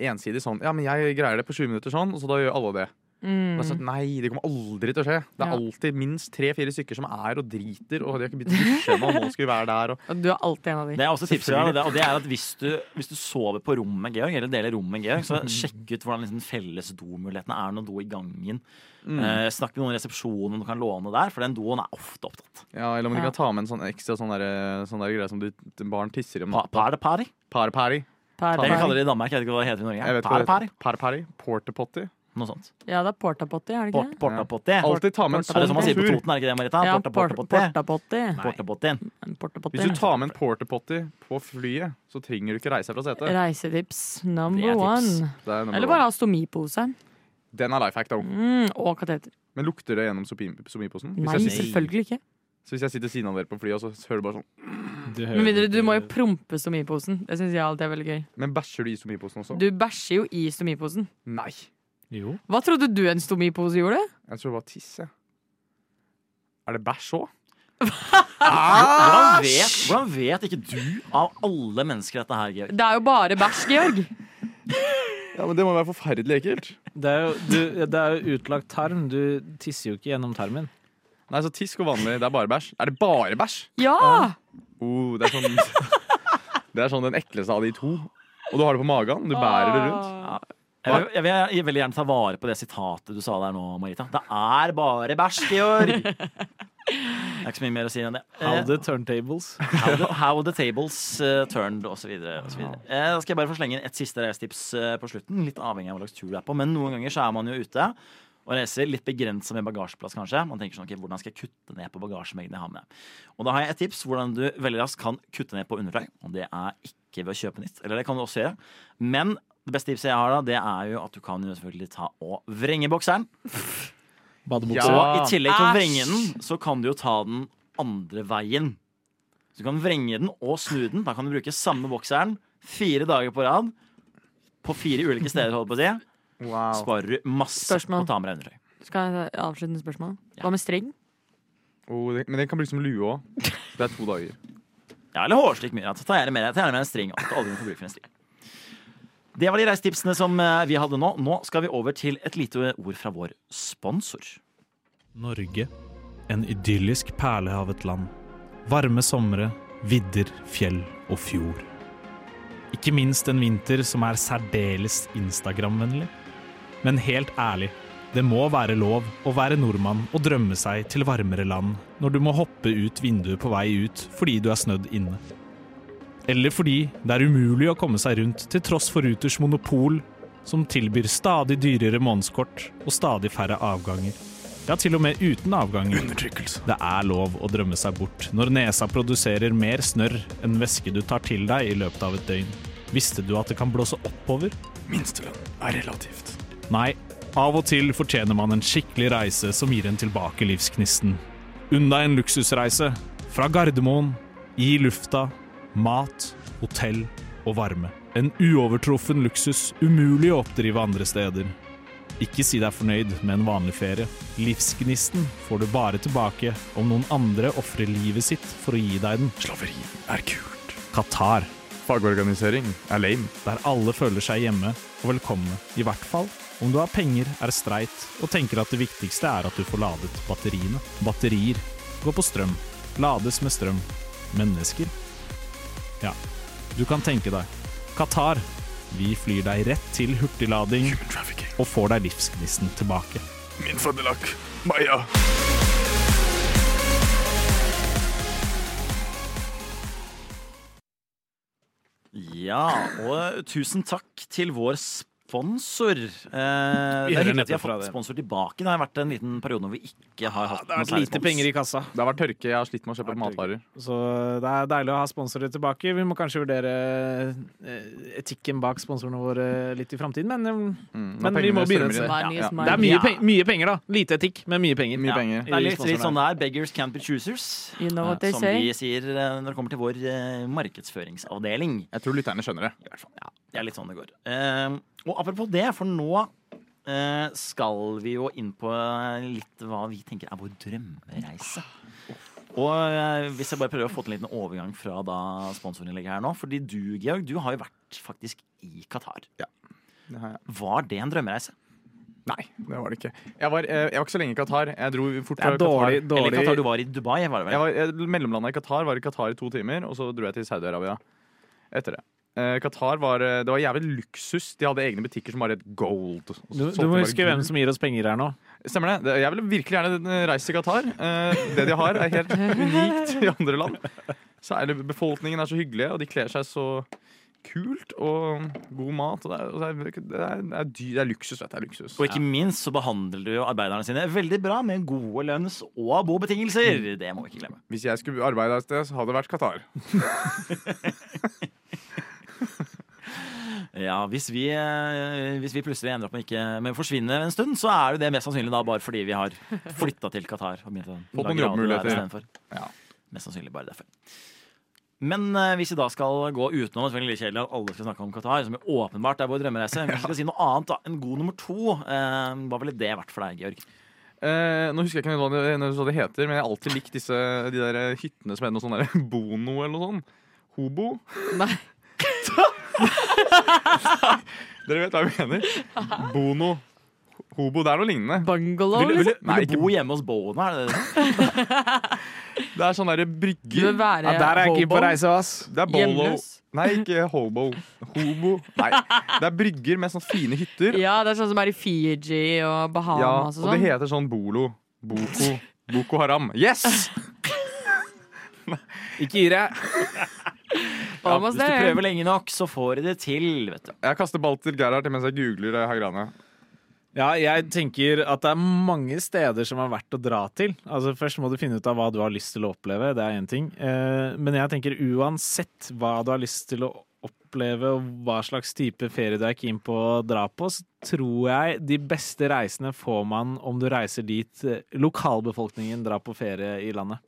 [SPEAKER 3] ensidig sånn Ja, men jeg greier det på 20 minutter sånn, og så da gjør alle det.
[SPEAKER 1] Mm.
[SPEAKER 3] Og jeg sa, nei, det kommer aldri til å skje. Det er
[SPEAKER 2] Ja.
[SPEAKER 3] alltid minst tre-fire stykker som er og driter, og de har ikke begynt å dusje ennå, og nå skal vi være der, og
[SPEAKER 2] Og du er alltid en av de.
[SPEAKER 1] Det er også tipset, og det, og det er at hvis du, hvis du sover på rommet med Georg, eller deler rom med
[SPEAKER 3] [laughs]
[SPEAKER 1] Georg, så sjekk ut hvordan liksom felles domulighetene er. Er det noen do i gangen?
[SPEAKER 3] Mm.
[SPEAKER 1] Eh, snakk med noen i resepsjonen om du kan låne der, for den doen er ofte opptatt.
[SPEAKER 3] Ja, eller om de
[SPEAKER 2] Ja.
[SPEAKER 3] kan ta med en sånn ekstra sånn derre sånn der greie som du, barn tisser i om
[SPEAKER 1] Pa-
[SPEAKER 3] natta.
[SPEAKER 1] Par party?
[SPEAKER 3] Par-party.
[SPEAKER 2] Per,
[SPEAKER 1] Det vi
[SPEAKER 2] per.
[SPEAKER 1] kaller det i Danmark, jeg vet ikke hva det heter i
[SPEAKER 3] Jeg
[SPEAKER 1] Norge.
[SPEAKER 3] vet hva
[SPEAKER 1] Par
[SPEAKER 3] det heter.
[SPEAKER 1] party?
[SPEAKER 3] Par-party. Porter-potty.
[SPEAKER 1] Noe sånt.
[SPEAKER 2] Ja, det er portapotti, er det
[SPEAKER 1] Port,
[SPEAKER 2] ikke det?
[SPEAKER 1] portapotti.
[SPEAKER 3] Alltid ta med en
[SPEAKER 1] Er det som
[SPEAKER 3] sånn
[SPEAKER 1] man sier på
[SPEAKER 3] tur.
[SPEAKER 1] Toten, er det ikke det, Marita?
[SPEAKER 2] Ja, por-
[SPEAKER 1] Portapotti.
[SPEAKER 2] portapotti.
[SPEAKER 1] Portapotti.
[SPEAKER 2] En portapotti.
[SPEAKER 3] Hvis du tar med en porter-potty på flyet, så trenger du ikke reise deg fra setet.
[SPEAKER 2] Reisetips
[SPEAKER 1] Det er
[SPEAKER 2] number
[SPEAKER 1] tips.
[SPEAKER 2] one.
[SPEAKER 3] Det er number
[SPEAKER 2] Eller
[SPEAKER 3] one.
[SPEAKER 2] bare ha stomipose.
[SPEAKER 3] Den er life hack, da.
[SPEAKER 2] Mm, og kateter.
[SPEAKER 3] Men lukter det gjennom sopi- somiposen?
[SPEAKER 2] Nei,
[SPEAKER 3] Hvis jeg sitter,
[SPEAKER 2] selvfølgelig ikke.
[SPEAKER 3] så hvis jeg sitter ved siden av dere på flyet, og så hører du bare sånn
[SPEAKER 4] Du hører
[SPEAKER 2] Men mindre, du må jo
[SPEAKER 4] ikke-
[SPEAKER 2] prompe stomiposen. Det syns jeg alltid er veldig gøy.
[SPEAKER 3] Men bæsjer du i somiposen også?
[SPEAKER 2] Du bæsjer jo i stomiposen.
[SPEAKER 3] Nei.
[SPEAKER 4] Jo.
[SPEAKER 2] Hva trodde du en stomipose gjorde?
[SPEAKER 3] Jeg tror det var tiss, jeg. Er det bæsj òg?
[SPEAKER 1] Hvordan vet, hvordan vet ikke du av alle mennesker dette her, Georg?
[SPEAKER 2] Det er jo bare bæsj, Georg.
[SPEAKER 3] Ja, men det må være forferdelig ekkelt.
[SPEAKER 4] Det er jo, du, det er jo utlagt tarm. Du tisser jo ikke gjennom tarmen.
[SPEAKER 3] Nei, så Tisk og vanlig, det er bare bæsj. Er det bare bæsj?
[SPEAKER 2] Ja!
[SPEAKER 3] Oh, det, er
[SPEAKER 8] [laughs]
[SPEAKER 3] sånn, det er sånn den ekleste av de to. Og du har det på magen. Du bærer det rundt.
[SPEAKER 1] Jeg vil, jeg vil jeg vil gjerne ta vare på det sitatet du sa der nå, Marita. Det er bare bæsj, Georg! Det er ikke så mye mer å si enn det.
[SPEAKER 8] How
[SPEAKER 1] Eh,
[SPEAKER 8] the turntables.
[SPEAKER 1] How the, how the tables uh, turned, osv. Da Eh, skal jeg bare få slenge inn et siste reisetips eh, på slutten. Litt avhengig av hva slags tur du er på, men noen ganger så er man jo ute og reiser litt begrensa med bagasjeplass, kanskje. Man tenker sånn, ok, hvordan skal jeg kutte ned på bagasjemengden jeg har med? Og da har jeg et tips hvordan du veldig raskt kan kutte ned på undertøy. Og det er ikke ved å kjøpe nytt, eller det kan du også gjøre. Men det beste tipset jeg har da, det er jo at du kan jo selvfølgelig ta og vrenge bokseren.
[SPEAKER 8] Badebukse.
[SPEAKER 3] Ja.
[SPEAKER 1] Og i tillegg til å
[SPEAKER 2] Æsj.
[SPEAKER 1] vrenge den, så kan du jo ta den andre veien. Så du kan vrenge den og snu den. Da kan du bruke samme bokseren fire dager på rad. På fire ulike steder, holder på å si. Sparer du masse
[SPEAKER 2] Spørsmål.
[SPEAKER 1] på å ta med deg undertøy.
[SPEAKER 2] Skal jeg avslutte med spørsmål? Hva med streng?
[SPEAKER 3] Oh, det, men den kan brukes som lue òg. Det er to dager.
[SPEAKER 1] Ja, eller hårstikk mye. Ta gjerne med, ta gjerne med en string. Alt, aldri noe forbruk for en string. Det var de reisetipsene som eh, vi hadde nå. Nå skal vi over til et lite ord fra vår sponsor.
[SPEAKER 4] Norge. En idyllisk perle av et land. Varme somre, vidder, fjell og fjord. Ikke minst en vinter som er særdeles Instagram-vennlig. Men helt ærlig, det må være lov å være nordmann og drømme seg til varmere land når du må hoppe ut vinduet på vei ut fordi du er snødd inne. Eller fordi det er umulig å komme seg rundt til tross for Ruters monopol, som tilbyr stadig dyrere månedskort og stadig færre avganger. Ja, til og med uten avganger. Det er lov å drømme seg bort når nesa produserer mer snørr enn væske du tar til deg i løpet av et døgn. Visste du at det kan blåse oppover?
[SPEAKER 9] Minstelønn er relativt.
[SPEAKER 4] Nei, av og til fortjener man en skikkelig reise som gir en tilbake livsgnisten. Unn deg en luksusreise. Fra Gardermoen, i lufta, mat, hotell og varme. En uovertruffen luksus umulig å oppdrive andre steder. Ikke si deg fornøyd med en vanlig ferie. Livsgnisten får du bare tilbake om noen andre ofrer livet sitt for å gi deg den.
[SPEAKER 9] Slaveri er kult.
[SPEAKER 4] Qatar,
[SPEAKER 3] Fagorganisering er lame.
[SPEAKER 4] der alle føler seg hjemme og velkomne. I hvert fall om du har penger, er streit og tenker at det viktigste er at du får ladet batteriene. Batterier går på strøm. Lades med strøm. Mennesker. Ja, du kan tenke deg. Qatar. Vi flyr deg rett til hurtiglading
[SPEAKER 9] Human trafficking.
[SPEAKER 4] og får deg livsgnisten tilbake.
[SPEAKER 9] Min fadderlakk. Maya.
[SPEAKER 1] Ja, og tusen takk til vår sponsor. Eh, det
[SPEAKER 8] gjør
[SPEAKER 1] er hyggelig at vi
[SPEAKER 8] nettopp
[SPEAKER 1] har
[SPEAKER 8] fra
[SPEAKER 1] fått
[SPEAKER 8] det.
[SPEAKER 1] sponsor tilbake. Det har vært en liten periode hvor vi ikke har hatt
[SPEAKER 8] Det har
[SPEAKER 1] noe
[SPEAKER 8] vært
[SPEAKER 1] særlig
[SPEAKER 8] lite
[SPEAKER 1] spons.
[SPEAKER 8] penger i kassa,
[SPEAKER 3] Det har vært tørke. Jeg har slitt med å kjøpe matvarer.
[SPEAKER 8] så det er deilig å ha sponsorer tilbake. Vi må kanskje vurdere eh, etikken bak sponsorene våre litt i framtiden, men eh,
[SPEAKER 3] Mm,
[SPEAKER 8] Men
[SPEAKER 3] når
[SPEAKER 8] vi må
[SPEAKER 3] pengene
[SPEAKER 8] begynne
[SPEAKER 3] strømmer inn.
[SPEAKER 8] et
[SPEAKER 2] Mine is
[SPEAKER 3] ja.
[SPEAKER 2] mine.
[SPEAKER 8] det er mye,
[SPEAKER 1] Ja.
[SPEAKER 8] pe mye penger, da. Lite etikk, men mye penger.
[SPEAKER 3] Mye penger.
[SPEAKER 1] Det er litt,
[SPEAKER 8] I
[SPEAKER 1] litt sånn
[SPEAKER 8] sponsorene.
[SPEAKER 1] det er. Beggars can't be choosers.
[SPEAKER 2] You know
[SPEAKER 1] eh,
[SPEAKER 2] what they
[SPEAKER 1] som
[SPEAKER 2] say.
[SPEAKER 1] vi sier eh, når det kommer til vår eh, markedsføringsavdeling.
[SPEAKER 3] Jeg tror lytterne skjønner det.
[SPEAKER 1] I hvert fall. Det er litt sånn det går. Eh, og apropos det, for nå eh, skal vi jo inn på eh, litt hva vi tenker er vår drømmereise. Og eh, hvis jeg bare prøver å få til en liten overgang fra da sponsorinnlegget her nå. Fordi du, Georg, du har jo vært faktisk i Qatar.
[SPEAKER 3] det har jeg.
[SPEAKER 1] Var det en drømmereise?
[SPEAKER 3] Nei, det var det ikke. Jeg var, eh, jeg var ikke så lenge i Qatar. Jeg dro fort
[SPEAKER 8] Det er
[SPEAKER 3] fra Qatar.
[SPEAKER 8] dårlig,
[SPEAKER 1] Eller Qatar,
[SPEAKER 8] dårlig
[SPEAKER 1] du var i Dubai, var det
[SPEAKER 3] Jeg
[SPEAKER 1] vel?
[SPEAKER 3] var, jeg, mellomlandet i Qatar var i Qatar i to timer, og så dro jeg til Saudi-Arabia etter det. Eh, Qatar var, eh, det var jævlig luksus. De hadde egne butikker som var helt gold. Og
[SPEAKER 8] du,
[SPEAKER 3] solgte
[SPEAKER 8] du må
[SPEAKER 3] bare
[SPEAKER 8] huske
[SPEAKER 3] gull.
[SPEAKER 8] hvem som gir oss penger her nå.
[SPEAKER 3] Stemmer det. det. Jeg ville virkelig gjerne reist til Qatar. Eh, Det de har, er
[SPEAKER 8] [laughs]
[SPEAKER 3] helt unikt i andre land. Særlig befolkningen er så hyggelige, og de kler seg så kult. Og god mat. Og det, er, og det, er, det, er, det, er dyr, det er luksus, vet du. Det er luksus.
[SPEAKER 1] Og ikke minst så behandler du jo arbeiderne sine veldig bra med gode lønns- og bobetingelser.
[SPEAKER 3] Mm.
[SPEAKER 1] Det må vi ikke glemme.
[SPEAKER 3] Hvis jeg skulle arbeide et sted, så hadde det vært Qatar.
[SPEAKER 1] Ja, hvis vi, eh, hvis vi plutselig ender opp med ikke med å forsvinne en stund, så er det jo det mest sannsynlig da bare fordi vi har flytta til Qatar. og begynt å
[SPEAKER 3] Fått noen
[SPEAKER 1] lage radio der
[SPEAKER 3] jobbmuligheter.
[SPEAKER 1] istedenfor.
[SPEAKER 3] Ja.
[SPEAKER 1] Mest sannsynlig bare derfor. Men eh, hvis vi da skal gå utenom det er veldig kjedelig at alle skal snakke om Qatar, som jo åpenbart er vår drømmereise, hvis vi skal si noe annet, da, en god nummer to, eh, hva ville det vært for deg, Georg?
[SPEAKER 3] Eh, nå husker jeg ikke hva det, hva det heter, men jeg har alltid likt disse, de der hyttene som heter noe sånn der [laughs] Bono eller noe sånt. Hobo. [laughs]
[SPEAKER 2] Nei.
[SPEAKER 3] Dere vet hva jeg mener. Bono. Hobo, det er noe lignende.
[SPEAKER 2] Bungalow,
[SPEAKER 1] Vil,
[SPEAKER 2] liksom.
[SPEAKER 1] vil,
[SPEAKER 3] Nei,
[SPEAKER 1] vil du
[SPEAKER 3] ikke-
[SPEAKER 1] bo hjemme hos Bowen? Er det det?
[SPEAKER 3] Det er sånn derre
[SPEAKER 2] Du vil
[SPEAKER 3] brygge.
[SPEAKER 2] være
[SPEAKER 4] Ja, der er jeg keen på å
[SPEAKER 2] hobo,
[SPEAKER 4] reise, ass.
[SPEAKER 3] Det er bolo.
[SPEAKER 2] hjemløs.
[SPEAKER 3] Nei, ikke hobo. Hobo. Nei. Det er brygger med sånne fine hytter.
[SPEAKER 2] Ja, det er sånn som er i Fiji og
[SPEAKER 3] Ja,
[SPEAKER 2] Bahamas
[SPEAKER 3] og det
[SPEAKER 2] og sånn.
[SPEAKER 3] heter sånn bolo. Boko. Boko Haram. Yes!
[SPEAKER 4] Ikke gir jeg.
[SPEAKER 2] Almost
[SPEAKER 1] Hvis du
[SPEAKER 2] there.
[SPEAKER 1] prøver lenge nok, så får du det til. vet du.
[SPEAKER 3] Jeg kaster ball til Gerhard mens jeg googler eh, Hagrane.
[SPEAKER 4] Ja, jeg tenker at det er mange steder som er verdt å dra til. Altså Først må du finne ut av hva du har lyst til å oppleve, det er én ting. Eh, Men jeg tenker uansett hva du har lyst til å oppleve, og hva slags type ferie du er keen på å dra på, så tror jeg de beste reisene får man om du reiser dit eh, lokalbefolkningen drar på ferie i landet.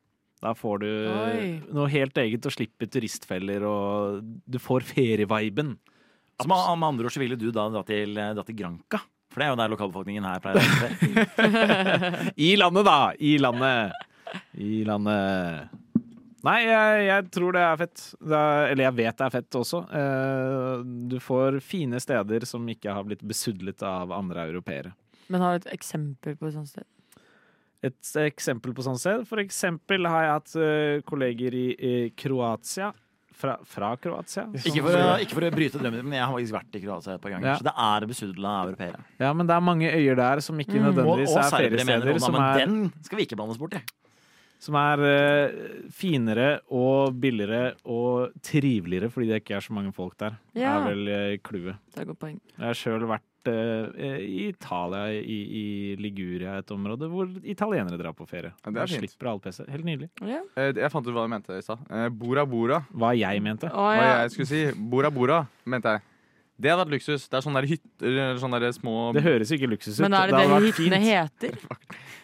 [SPEAKER 4] Da får du
[SPEAKER 2] Oi.
[SPEAKER 4] noe helt eget og slipper turistfeller, og du får ferieviben.
[SPEAKER 1] Så med, med andre ord så ville du da dra til, eh, dra til Granca? For det er jo der lokalbefolkningen her pleier å være.
[SPEAKER 4] I landet, da! I landet. I landet. Nei, jeg, jeg tror det er fett. Det er, eller jeg vet det er fett også. Eh, Du får fine steder som ikke har blitt besudlet av andre europeere.
[SPEAKER 2] Men har du et eksempel på et sånt sted?
[SPEAKER 4] Et eksempel på sånn sted. For eksempel har jeg hatt eh, kolleger i, i Kroatia. Fra, fra Kroatia.
[SPEAKER 1] Ikke for, å, ikke for å bryte drømmen, men jeg har faktisk vært i Kroatia et par ganger.
[SPEAKER 4] Ja.
[SPEAKER 1] Så det er besudla europeere.
[SPEAKER 4] Ja, men det er mange øyer der som ikke
[SPEAKER 1] Og,
[SPEAKER 4] nødvendigvis
[SPEAKER 1] og
[SPEAKER 4] er
[SPEAKER 1] serbere, mener
[SPEAKER 4] feriesteder.
[SPEAKER 1] Oda,
[SPEAKER 4] Som
[SPEAKER 1] men
[SPEAKER 4] er,
[SPEAKER 1] den skal vi ikke blande oss bort i.
[SPEAKER 4] som er eh, finere og billigere og triveligere fordi det ikke er så mange folk der.
[SPEAKER 2] Ja.
[SPEAKER 4] er vel eh, clouet.
[SPEAKER 2] Det er et godt poeng.
[SPEAKER 4] Jeg har sjøl vært eh, i Italia, i, i Liguria, et område hvor italienere drar på ferie.
[SPEAKER 3] Ja, det er
[SPEAKER 4] Da
[SPEAKER 3] fint.
[SPEAKER 4] slipper all PC. Helt nydelig.
[SPEAKER 2] Ja.
[SPEAKER 3] Eh, Jeg fant ut hva jeg mente i stad. Eh, Bora Bora.
[SPEAKER 4] Hva jeg mente.
[SPEAKER 2] Å,
[SPEAKER 3] Hva
[SPEAKER 2] ja.
[SPEAKER 3] jeg skulle si. Bora Bora, mente jeg. Det hadde vært luksus. Det er sånne der hytter eller sånne der små
[SPEAKER 4] Det høres ikke luksus ut.
[SPEAKER 2] Men er det
[SPEAKER 4] hadde
[SPEAKER 2] det
[SPEAKER 4] vært
[SPEAKER 2] hyttene
[SPEAKER 4] fint.
[SPEAKER 2] heter? [laughs]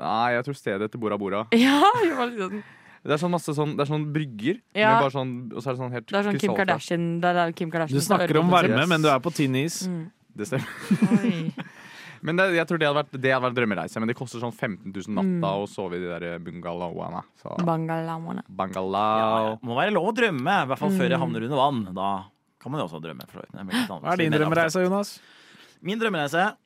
[SPEAKER 3] Nei, jeg tror stedet heter Bora Bora.
[SPEAKER 2] Ja, det var litt sånn.
[SPEAKER 3] Det er sånn masse sånn, det er sånn brygger,
[SPEAKER 2] Ja.
[SPEAKER 3] med bare sånn, og så er det sånn helt
[SPEAKER 2] Det er sånn Kim
[SPEAKER 3] krystallklart.
[SPEAKER 2] Kardashian. Det er der Kim Kardashian
[SPEAKER 4] Du snakker om varme,
[SPEAKER 2] sånn-
[SPEAKER 3] Yes.
[SPEAKER 4] men du er på tynn is.
[SPEAKER 2] Mm.
[SPEAKER 3] Det stemmer.
[SPEAKER 2] Oi.
[SPEAKER 3] Men det, jeg tror det hadde vært, det hadde vært drømmereise. Men det koster sånn 15 000
[SPEAKER 2] Mm.
[SPEAKER 3] natta å sove i de der bungalowene. Så
[SPEAKER 2] Bangalawana.
[SPEAKER 3] bungalow
[SPEAKER 1] Det må være lov å drømme, i hvert fall før jeg havner under vann. Da kan man jo også drømme. For så vidt. Det er litt annerledes.
[SPEAKER 4] Mm. Hva er din
[SPEAKER 1] Mer
[SPEAKER 4] drømmereise, Jonas?
[SPEAKER 1] abstrakt. Min drømmereise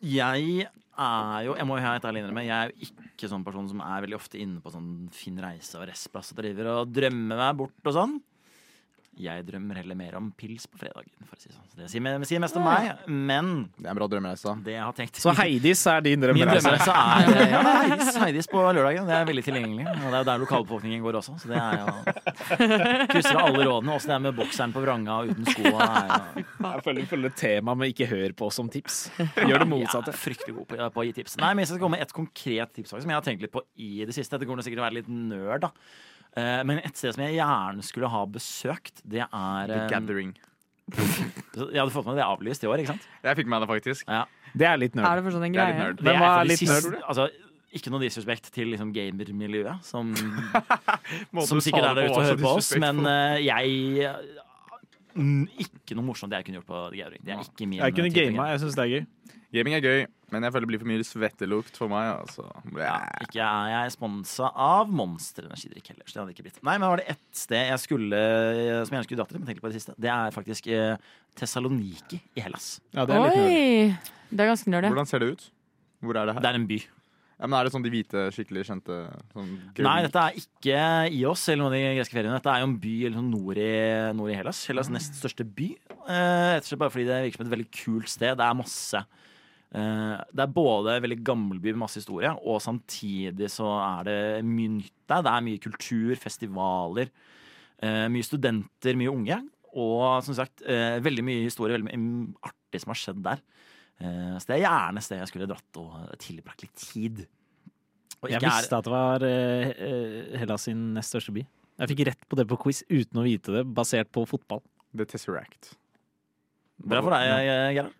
[SPEAKER 1] Jeg er jo Jeg må jo helt ærlig innrømme, jeg er jo ikke sånn person som er veldig ofte inne på sånn Finn reise og restplass og driver og drømmer meg bort og sånn. Jeg drømmer heller mer om pils på fredagen, for å si det sånn. Så det sier, sier mest om meg. Men
[SPEAKER 3] Det er en bra drømmereise.
[SPEAKER 1] det jeg har tenkt [laughs]
[SPEAKER 4] Så Heidis er din
[SPEAKER 1] Min
[SPEAKER 4] drømmereise.
[SPEAKER 1] drømmereise er altså- ja, det er Heidis, Heidis på lørdagen. Det er veldig tilgjengelig. Og det er jo der lokalbefolkningen går også. Så det er jo Krysser av alle rådene. Åssen det er med bokseren på vranga og uten sko. er jo-
[SPEAKER 4] Jeg føler vi følger temaet, men ikke hør på oss som tips.
[SPEAKER 2] [laughs]
[SPEAKER 4] Gjør
[SPEAKER 1] Jeg
[SPEAKER 4] det motsatte.
[SPEAKER 1] er fryktelig god på, på å gi tips. Nei, men jeg skal komme med et konkret tips faktisk, som jeg har tenkt litt på i det siste. Dette kommer til å sikkert å være litt nerd, da. Eh, Men et sted som jeg gjerne skulle ha besøkt, det er
[SPEAKER 3] The
[SPEAKER 1] eh,
[SPEAKER 3] Gathering.
[SPEAKER 1] Jeg hadde fått med det, det er avlyst i år, ikke sant?
[SPEAKER 3] Jeg fikk med det, faktisk.
[SPEAKER 4] Det er litt nerd.
[SPEAKER 2] Er det for sånn en
[SPEAKER 3] Det er litt
[SPEAKER 2] greie?
[SPEAKER 3] nerd.
[SPEAKER 1] Det
[SPEAKER 4] Men hva
[SPEAKER 1] et av
[SPEAKER 4] er
[SPEAKER 1] de
[SPEAKER 4] litt nerd?
[SPEAKER 1] siste- Altså, ikke noe disrespekt til liksom, gamermiljøet, som,
[SPEAKER 3] Måten
[SPEAKER 1] som
[SPEAKER 3] du
[SPEAKER 1] sikkert
[SPEAKER 3] sa
[SPEAKER 1] er der
[SPEAKER 3] det
[SPEAKER 1] ute og
[SPEAKER 3] på var
[SPEAKER 1] hører
[SPEAKER 3] så
[SPEAKER 1] på oss,
[SPEAKER 3] disrespectful.
[SPEAKER 1] men eh, jeg mm, Ikke noe morsomt jeg kunne gjort på Gauring. Det er ikke min eh,
[SPEAKER 4] Jeg kunne
[SPEAKER 1] type
[SPEAKER 4] gama, jeg syns det er gøy.
[SPEAKER 3] Gaming er gøy, men jeg føler det blir for mye svettelukt for meg. Altså.
[SPEAKER 1] Ja, ikke er jeg sponsa av Monster energidrikk heller. Så det hadde ikke blitt. Nei, men var det ett sted jeg skulle, eh, som jeg gjerne skulle dratt til, men tenkte på det siste, det er faktisk eh, Thessaloniki i Hellas.
[SPEAKER 4] Ja, det er litt nerd.
[SPEAKER 2] Oi! Det er ganske nerdy.
[SPEAKER 3] Hvordan ser det ut? Hvor er det her?
[SPEAKER 1] Det er en by.
[SPEAKER 3] Ja, men er det sånn de hvite skikkelig kjente sånn
[SPEAKER 1] Nei, dette er ikke Ios eller noen av de greske feriene. Dette er jo en by eller sånn nord, i, nord i Hellas. Hellas' nest største by. Eh, rett og slett bare fordi det virker som et veldig kult sted. Det er masse eh, Det er både en veldig gammel by med masse historie, og samtidig så er det mye nytt der. Det er mye kultur, festivaler, eh, mye studenter, mye unge. Og som sagt, eh, veldig mye historie, veldig mye mm, artig som har skjedd der. Eh, så det er gjerne et sted jeg skulle dratt og tilbrakt litt tid. Og
[SPEAKER 4] Jeg
[SPEAKER 1] ikke er-
[SPEAKER 4] visste at det var eh, eh, Hellas sin nest største by. Jeg fikk rett på det på quiz uten å vite det, basert på fotball.
[SPEAKER 3] The Tesseract.
[SPEAKER 1] Bra for deg, eh, Gerhard.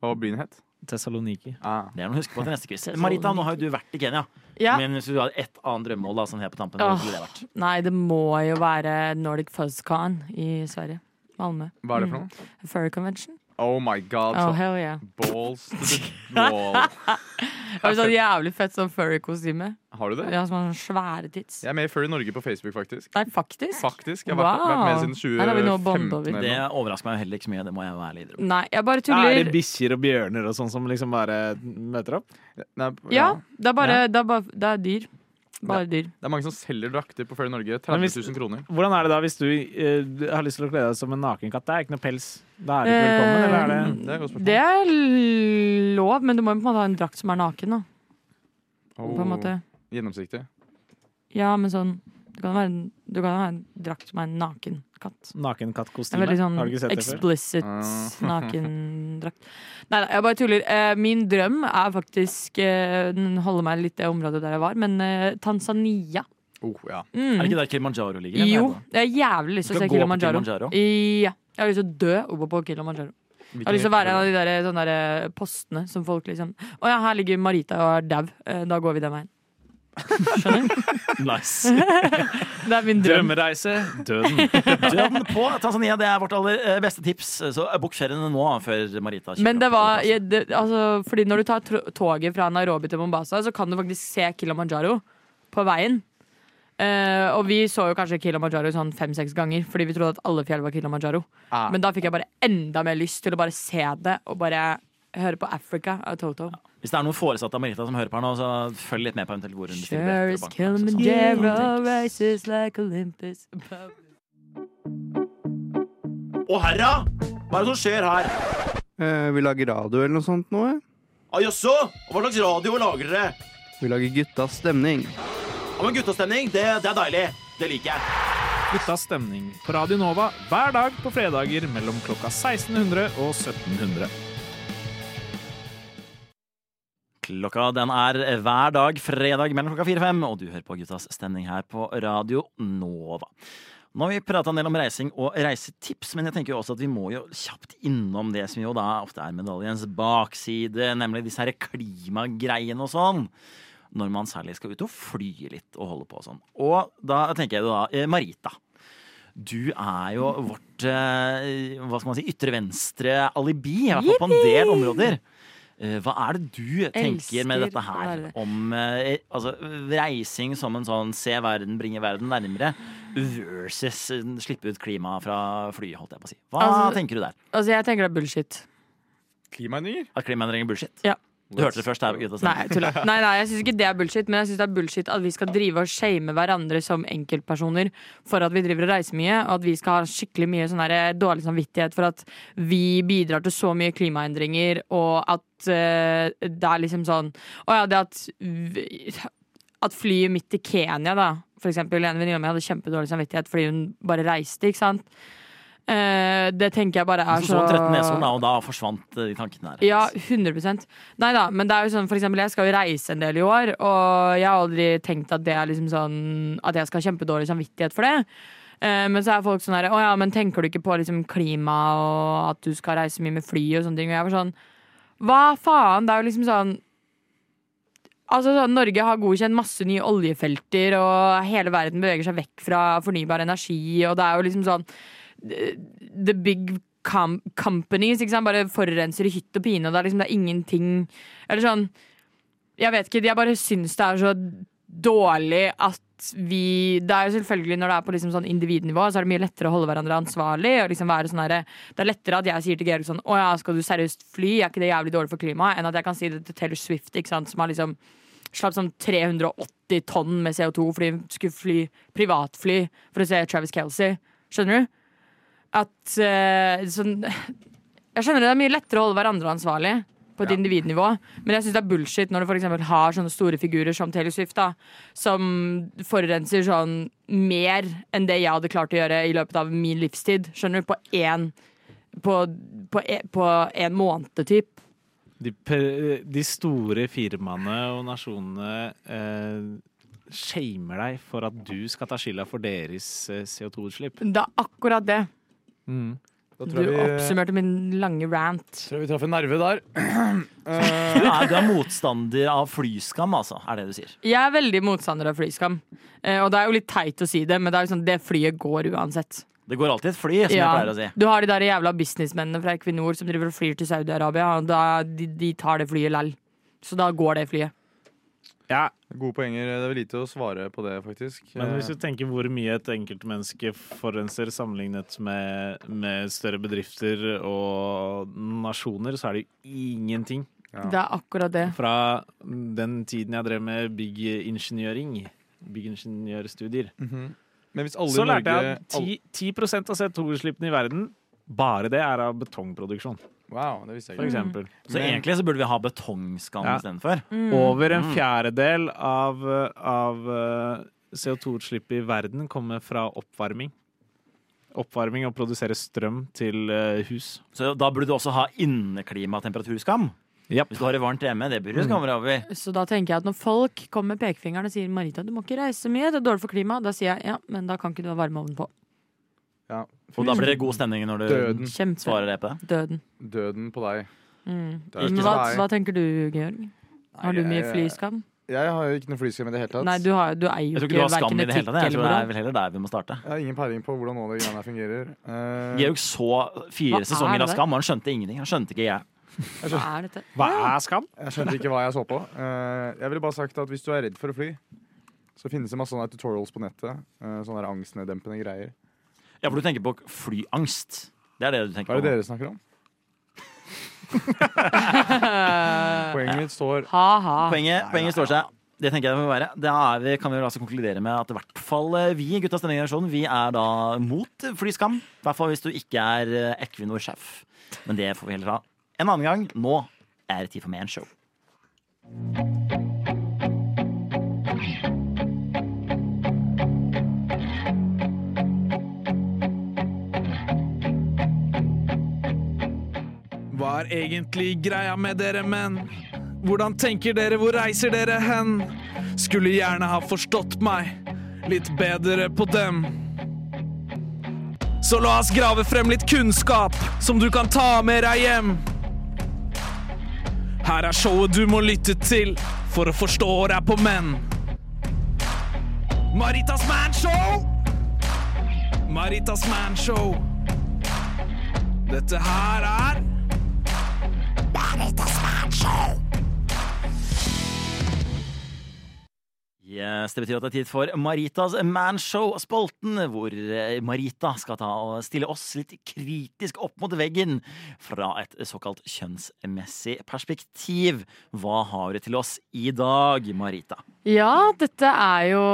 [SPEAKER 3] Hva var byen het?
[SPEAKER 4] Thessaloniki.
[SPEAKER 3] Ah.
[SPEAKER 1] Det er noe å huske på til neste quiz. [laughs] Marita, nå har jo du vært i Kenya.
[SPEAKER 2] Ja.
[SPEAKER 1] Men hvis du hadde ett annet drømmemål da, sånn her på tampen, hva
[SPEAKER 2] Åh.
[SPEAKER 1] ville det vært?
[SPEAKER 2] Nei, det må jo være Nordic Fuzzcon i Sverige. Malmö. Mm.
[SPEAKER 3] Hva er det for noe?
[SPEAKER 2] Furry Convention.
[SPEAKER 3] Oh my god.
[SPEAKER 4] Altså-
[SPEAKER 2] Oh,
[SPEAKER 3] så
[SPEAKER 2] hell yeah.
[SPEAKER 3] Balls to
[SPEAKER 2] [laughs]
[SPEAKER 3] the wall.
[SPEAKER 2] Har du sånn jævlig fett sånn furry-kostyme?
[SPEAKER 3] Har du det?
[SPEAKER 2] Jeg har sånne sånn svære tits.
[SPEAKER 3] Jeg er med i Furry Norge på Facebook, faktisk.
[SPEAKER 2] Nei, faktisk.
[SPEAKER 3] Faktisk, Jeg har vært,
[SPEAKER 2] Wow.
[SPEAKER 3] vært med siden
[SPEAKER 2] Her har vi nå
[SPEAKER 3] 2015.
[SPEAKER 2] bondet over.
[SPEAKER 3] eller
[SPEAKER 1] Det
[SPEAKER 3] noe.
[SPEAKER 1] overrasker meg heller ikke så mye, det må jeg være ærlig innrømme.
[SPEAKER 2] Nei, jeg bare
[SPEAKER 4] Er
[SPEAKER 2] tuller.
[SPEAKER 4] det bikkjer og bjørner og sånn som liksom bare møter opp?
[SPEAKER 3] Nei,
[SPEAKER 2] Ja, det er bare Det er, bare, det er dyr. Bare dyr.
[SPEAKER 3] Det er mange som selger drakter på Furry Norge.
[SPEAKER 4] Men
[SPEAKER 3] 30
[SPEAKER 4] hvis-
[SPEAKER 3] 000 kroner.
[SPEAKER 4] Hvordan er det da hvis du eh, har lyst til å kle deg som en nakenkatt? Det er ikke noe pels. Da er du ikke velkommen, eller er det
[SPEAKER 3] Det er et godt spørsmål.
[SPEAKER 2] Ehm, Det er l- lov, men du må jo på en måte ha en drakt som er naken, da. På
[SPEAKER 3] Oh,
[SPEAKER 2] en måte.
[SPEAKER 3] Gjennomsiktig.
[SPEAKER 2] Ja, men sånn Du kan, være, en- du kan ha en drakt som er en naken katt. En
[SPEAKER 4] nakenkattkostyme?
[SPEAKER 2] veldig sånn
[SPEAKER 4] Har du ikke sett det før?
[SPEAKER 1] [laughs]
[SPEAKER 2] explicit
[SPEAKER 3] Ah.
[SPEAKER 2] nakendrakt. Nei da, jeg bare tuller. Eh, min drøm er faktisk eh, Den holder meg litt i det området der jeg var, men eh, Tanzania.
[SPEAKER 3] Oh, ja.
[SPEAKER 2] Mm.
[SPEAKER 1] Er det ikke der Kilimanjaro ligger? eller?
[SPEAKER 2] Jo, jeg er jævlig lyst til å
[SPEAKER 1] Skal
[SPEAKER 2] se
[SPEAKER 1] gå på
[SPEAKER 2] Kilimanjaro.
[SPEAKER 1] Kilimanjaro?
[SPEAKER 2] Ja. Jeg har lyst til å dø oppe på Kilimanjaro. Jeg har lyst til å være en av de der, sånne der postene som folk liksom Å ja, her ligger Marita og er dau. Eh, Da går vi den veien.
[SPEAKER 4] [laughs] Nice.
[SPEAKER 2] Det er min drøm.
[SPEAKER 4] Drømmereise. Døden.
[SPEAKER 1] Døden på Tanzania, det er vårt aller eh, beste tips. Så eh, bukk ferien nå før Marita kjøper
[SPEAKER 2] Men det
[SPEAKER 1] opp
[SPEAKER 2] var
[SPEAKER 1] alle
[SPEAKER 2] jeg- det, altså, Fordi når du tar tro- toget fra Nairobi til Mombasa, så kan du faktisk se Kilimanjaro på veien. Eh, og vi så jo kanskje Kilimanjaro sånn fem-seks ganger, fordi vi trodde at alle fjell var Kilimanjaro.
[SPEAKER 3] Ah.
[SPEAKER 2] Men da fikk jeg bare enda mer lyst til å bare se det, og bare høre på Africa av Toto.
[SPEAKER 1] plasser. Hvis det er noen foresatte av Marita som hører på her nå, så følg litt med på eventuelt hvor hun bestiller
[SPEAKER 2] Sure
[SPEAKER 1] billetter og
[SPEAKER 2] is
[SPEAKER 1] banker, altså.
[SPEAKER 2] Kilimanjaro races
[SPEAKER 1] [laughs]
[SPEAKER 2] like Olympus above.
[SPEAKER 6] Å herra! Hva er det som skjer her?
[SPEAKER 7] Eh, vi lager radio eller noe sånt nå. eh.
[SPEAKER 6] Ah, Jaså? Hva slags radio lager dere?
[SPEAKER 7] Vi lager guttas stemning.
[SPEAKER 6] Ja, men Guttastemning, det, det er deilig. Det liker jeg.
[SPEAKER 4] Guttas stemning på Radio Nova hver dag på fredager mellom klokka 1600 og 1700.
[SPEAKER 1] Klokka den er hver dag fredag mellom klokka fire og fem, og du hører på Guttas stemning her på Radio Nova. Nå har vi prata en del om reising og reisetips, men jeg tenker jo også at vi må jo kjapt innom det som jo da ofte er medaljens bakside, nemlig disse her klimagreiene og sånn. Når man særlig skal ut og fly litt og holde på og sånn. Og da tenker jeg jo da eh, Marita. Du er jo vårt eh, hva skal man si, ytre venstre-alibi, i hvert fall på en del områder. Eh, Hva er det du tenker med
[SPEAKER 2] Elsker
[SPEAKER 1] dette her
[SPEAKER 2] å være-
[SPEAKER 1] om eh, altså, reising som en sånn se verden, bringe verden nærmere, versus eh, slippe ut klima fra flyet, holdt jeg på å si. Hva
[SPEAKER 2] Altså-
[SPEAKER 1] tenker du der?
[SPEAKER 2] Altså, jeg tenker det er bullshit.
[SPEAKER 3] Klimaendringer?
[SPEAKER 1] At klimaendringer er bullshit?
[SPEAKER 2] Ja.
[SPEAKER 1] Du hørte det først her. Gutta,
[SPEAKER 2] Nei, jeg tuller. Nei, nei, jeg syns ikke det er bullshit, men jeg syns det er bullshit at vi skal drive og shame hverandre som enkeltpersoner for at vi driver og reiser mye, og at vi skal ha skikkelig mye sånn her dårlig samvittighet for at vi bidrar til så mye klimaendringer, og at eh, det er liksom sånn Å ja, det at vi- At flyet midt i Kenya, da, for eksempel, en venninne av meg hadde kjempedårlig samvittighet fordi hun bare reiste, ikke sant? Eh, det tenker jeg bare er
[SPEAKER 1] Så
[SPEAKER 2] så
[SPEAKER 1] Altså, så 13 neshorn, da, og da forsvant eh, de tankene her.
[SPEAKER 2] ja, 100 Nei da, men det er jo sånn, for eksempel, jeg skal jo reise en del i år, og jeg har aldri tenkt at det er liksom sånn At jeg skal ha kjempedårlig samvittighet for det. Eh, men så er folk sånn her Å ja, men tenker du ikke på liksom klima og at du skal reise mye med fly og sånne ting? Og jeg var sånn Hva faen? Det er jo liksom sånn Altså, sånn, Norge har godkjent masse nye oljefelter, og hele verden beveger seg vekk fra fornybar energi, og det er jo liksom sånn the big com companies ikke sant? bare forurenser i hytt og pine, og det er liksom det er ingenting Eller sånn Jeg vet ikke, jeg bare syns det er så dårlig at vi Det er jo selvfølgelig når det er på liksom sånn individnivå, så er det mye lettere å holde hverandre ansvarlig. Og liksom være sånn herre- det er lettere at jeg sier til Georg sånn Å ja, skal du seriøst fly? Er ikke det jævlig dårlig for klimaet? Enn at jeg kan si det til Taylor Swift, ikke sant, som har liksom slapp sånn 380 tonn med CO2 fordi hun skulle fly privatfly for å se Travis Kelce. Skjønner du? At eh, sånn Jeg skjønner det er mye lettere å holde hverandre ansvarlig på et individnivå, men jeg syns det er bullshit når du for eksempel har sånne store figurer som Taylor Swift, da, som forurenser sånn mer enn det jeg hadde klart å gjøre i løpet av min livstid. Skjønner du? På én på, på, e- på en måned, typ.
[SPEAKER 4] De, pe- de store firmaene og nasjonene eh, shamer deg for at du skal ta skylda for deres eh, CO2-utslipp.
[SPEAKER 2] Det er akkurat det.
[SPEAKER 3] Da
[SPEAKER 2] Du
[SPEAKER 3] tror jeg vi,
[SPEAKER 2] oppsummerte min lange rant.
[SPEAKER 3] tror jeg vi traff en nerve der.
[SPEAKER 1] Du er, du er motstander av flyskam, altså, er det du sier.
[SPEAKER 2] Jeg er veldig motstander av flyskam. Eh, og det er jo litt teit å si det, men det er jo sånn, det flyet går uansett.
[SPEAKER 1] Det går alltid et fly, som jeg pleier å si.
[SPEAKER 2] Du har de der jævla businessmennene fra Equinor som driver og flyr til Saudi-Arabia. og da- De, de tar det flyet lell. Så da går det flyet.
[SPEAKER 4] Ja,
[SPEAKER 3] Gode poenger. Det er vel lite å svare på det, faktisk.
[SPEAKER 4] Men hvis du tenker hvor mye et enkeltmenneske forurenser sammenlignet med, med større bedrifter og nasjoner, så er det jo ingenting.
[SPEAKER 3] Eh, Ja.
[SPEAKER 2] Det er akkurat det.
[SPEAKER 4] Fra den tiden jeg drev med byggingeniøring, byggingeniørstudier,
[SPEAKER 3] Mhm. Men hvis alle
[SPEAKER 4] så
[SPEAKER 3] i
[SPEAKER 4] lærte
[SPEAKER 3] Norge
[SPEAKER 4] jeg at 10, 10 av CO2-utslippene i verden, bare det er av betongproduksjon,
[SPEAKER 3] all- Wow, det visste jeg
[SPEAKER 4] for
[SPEAKER 3] ikke.
[SPEAKER 4] eksempel.
[SPEAKER 1] Så egentlig så burde vi ha betongskall
[SPEAKER 4] Ja.
[SPEAKER 1] istedenfor.
[SPEAKER 4] Over en fjerdedel av, av eh, CO2-utslippet i verden kommer fra oppvarming. Oppvarming og produsere strøm til eh, hus.
[SPEAKER 1] Så da burde du også ha inneklimatemperaturskam.
[SPEAKER 4] Japp.
[SPEAKER 1] Hvis du har det varmt hjemme, det burde du skamme deg over.
[SPEAKER 2] Så da tenker jeg at når folk kommer med pekefingeren og sier Marita, du må ikke reise mye, det er dårlig for klimaet, da sier jeg ja, men da kan ikke du ha varmeovn på.
[SPEAKER 3] Ja.
[SPEAKER 4] Mm.
[SPEAKER 1] Og da blir det god stemning når du
[SPEAKER 3] Døden.
[SPEAKER 2] Kjempe.
[SPEAKER 1] svarer det på det.
[SPEAKER 2] Døden.
[SPEAKER 3] Døden på deg.
[SPEAKER 2] Mm.
[SPEAKER 3] Det er
[SPEAKER 2] Men
[SPEAKER 3] ikke
[SPEAKER 2] Hva,
[SPEAKER 3] meg.
[SPEAKER 2] hva tenker du, Georg? Har du mye flyskam?
[SPEAKER 3] Jeg har jo ikke noe flyskam i det hele tatt.
[SPEAKER 2] Nei, du, har, du eier
[SPEAKER 1] Jeg
[SPEAKER 2] jo
[SPEAKER 1] tror ikke
[SPEAKER 2] ikke
[SPEAKER 1] du har skam
[SPEAKER 2] verken
[SPEAKER 1] i det hele
[SPEAKER 2] etikk
[SPEAKER 1] tatt. Jeg
[SPEAKER 2] eller
[SPEAKER 1] tror det er
[SPEAKER 2] moral.
[SPEAKER 1] vel heller der vi må starte.
[SPEAKER 3] Jeg har ingen peiling på hvordan nå det greiene her fungerer. Eh,
[SPEAKER 1] Georg så
[SPEAKER 2] Hva
[SPEAKER 1] fire
[SPEAKER 2] er
[SPEAKER 1] sesonger av
[SPEAKER 2] det?
[SPEAKER 1] Skam, og han skjønte ingenting. Han skjønte ikke jeg.
[SPEAKER 2] Hva er dette?
[SPEAKER 4] Hva er skam?
[SPEAKER 3] Jeg skjønte ikke hva jeg så på. Eh, jeg ville bare sagt at hvis du er redd for å fly, så finnes det masse sånne tutorials på nettet. eh, sånne der angstneddempende greier.
[SPEAKER 1] Ja, for du tenker på flyangst. Det er det du
[SPEAKER 3] Hva
[SPEAKER 1] tenker
[SPEAKER 3] er det
[SPEAKER 1] på.
[SPEAKER 3] dere snakker om? Poenget mitt står
[SPEAKER 2] Ha-ha.
[SPEAKER 1] Poenget, poenget står seg. Det tenker jeg det må være. Da er vi, kan vi vel altså konkludere med at i hvert fall eh, vi gutta av denne generasjonen, vi er da mot flyskam. I hvert fall hvis du ikke er eh, Equinor-sjef. Men det får vi heller ha en annen gang. Nå er det tid for Manshow.
[SPEAKER 8] Hva er egentlig greia med dere menn? Hvordan tenker dere, hvor reiser dere hen? Skulle gjerne ha forstått meg litt bedre på dem. Så la oss grave frem litt kunnskap som du kan ta med deg hjem. Her er showet du må lytte til for å forstå deg på menn. Maritas Manshow! Maritas Manshow. Dette her er
[SPEAKER 1] Yes, Det betyr at det er tid for Maritas Manshow-spalten, hvor eh, Marita skal ta og stille oss litt kritisk opp mot veggen fra et såkalt kjønnsmessig perspektiv. Hva har du til oss i dag, Marita?
[SPEAKER 2] Ja, dette er jo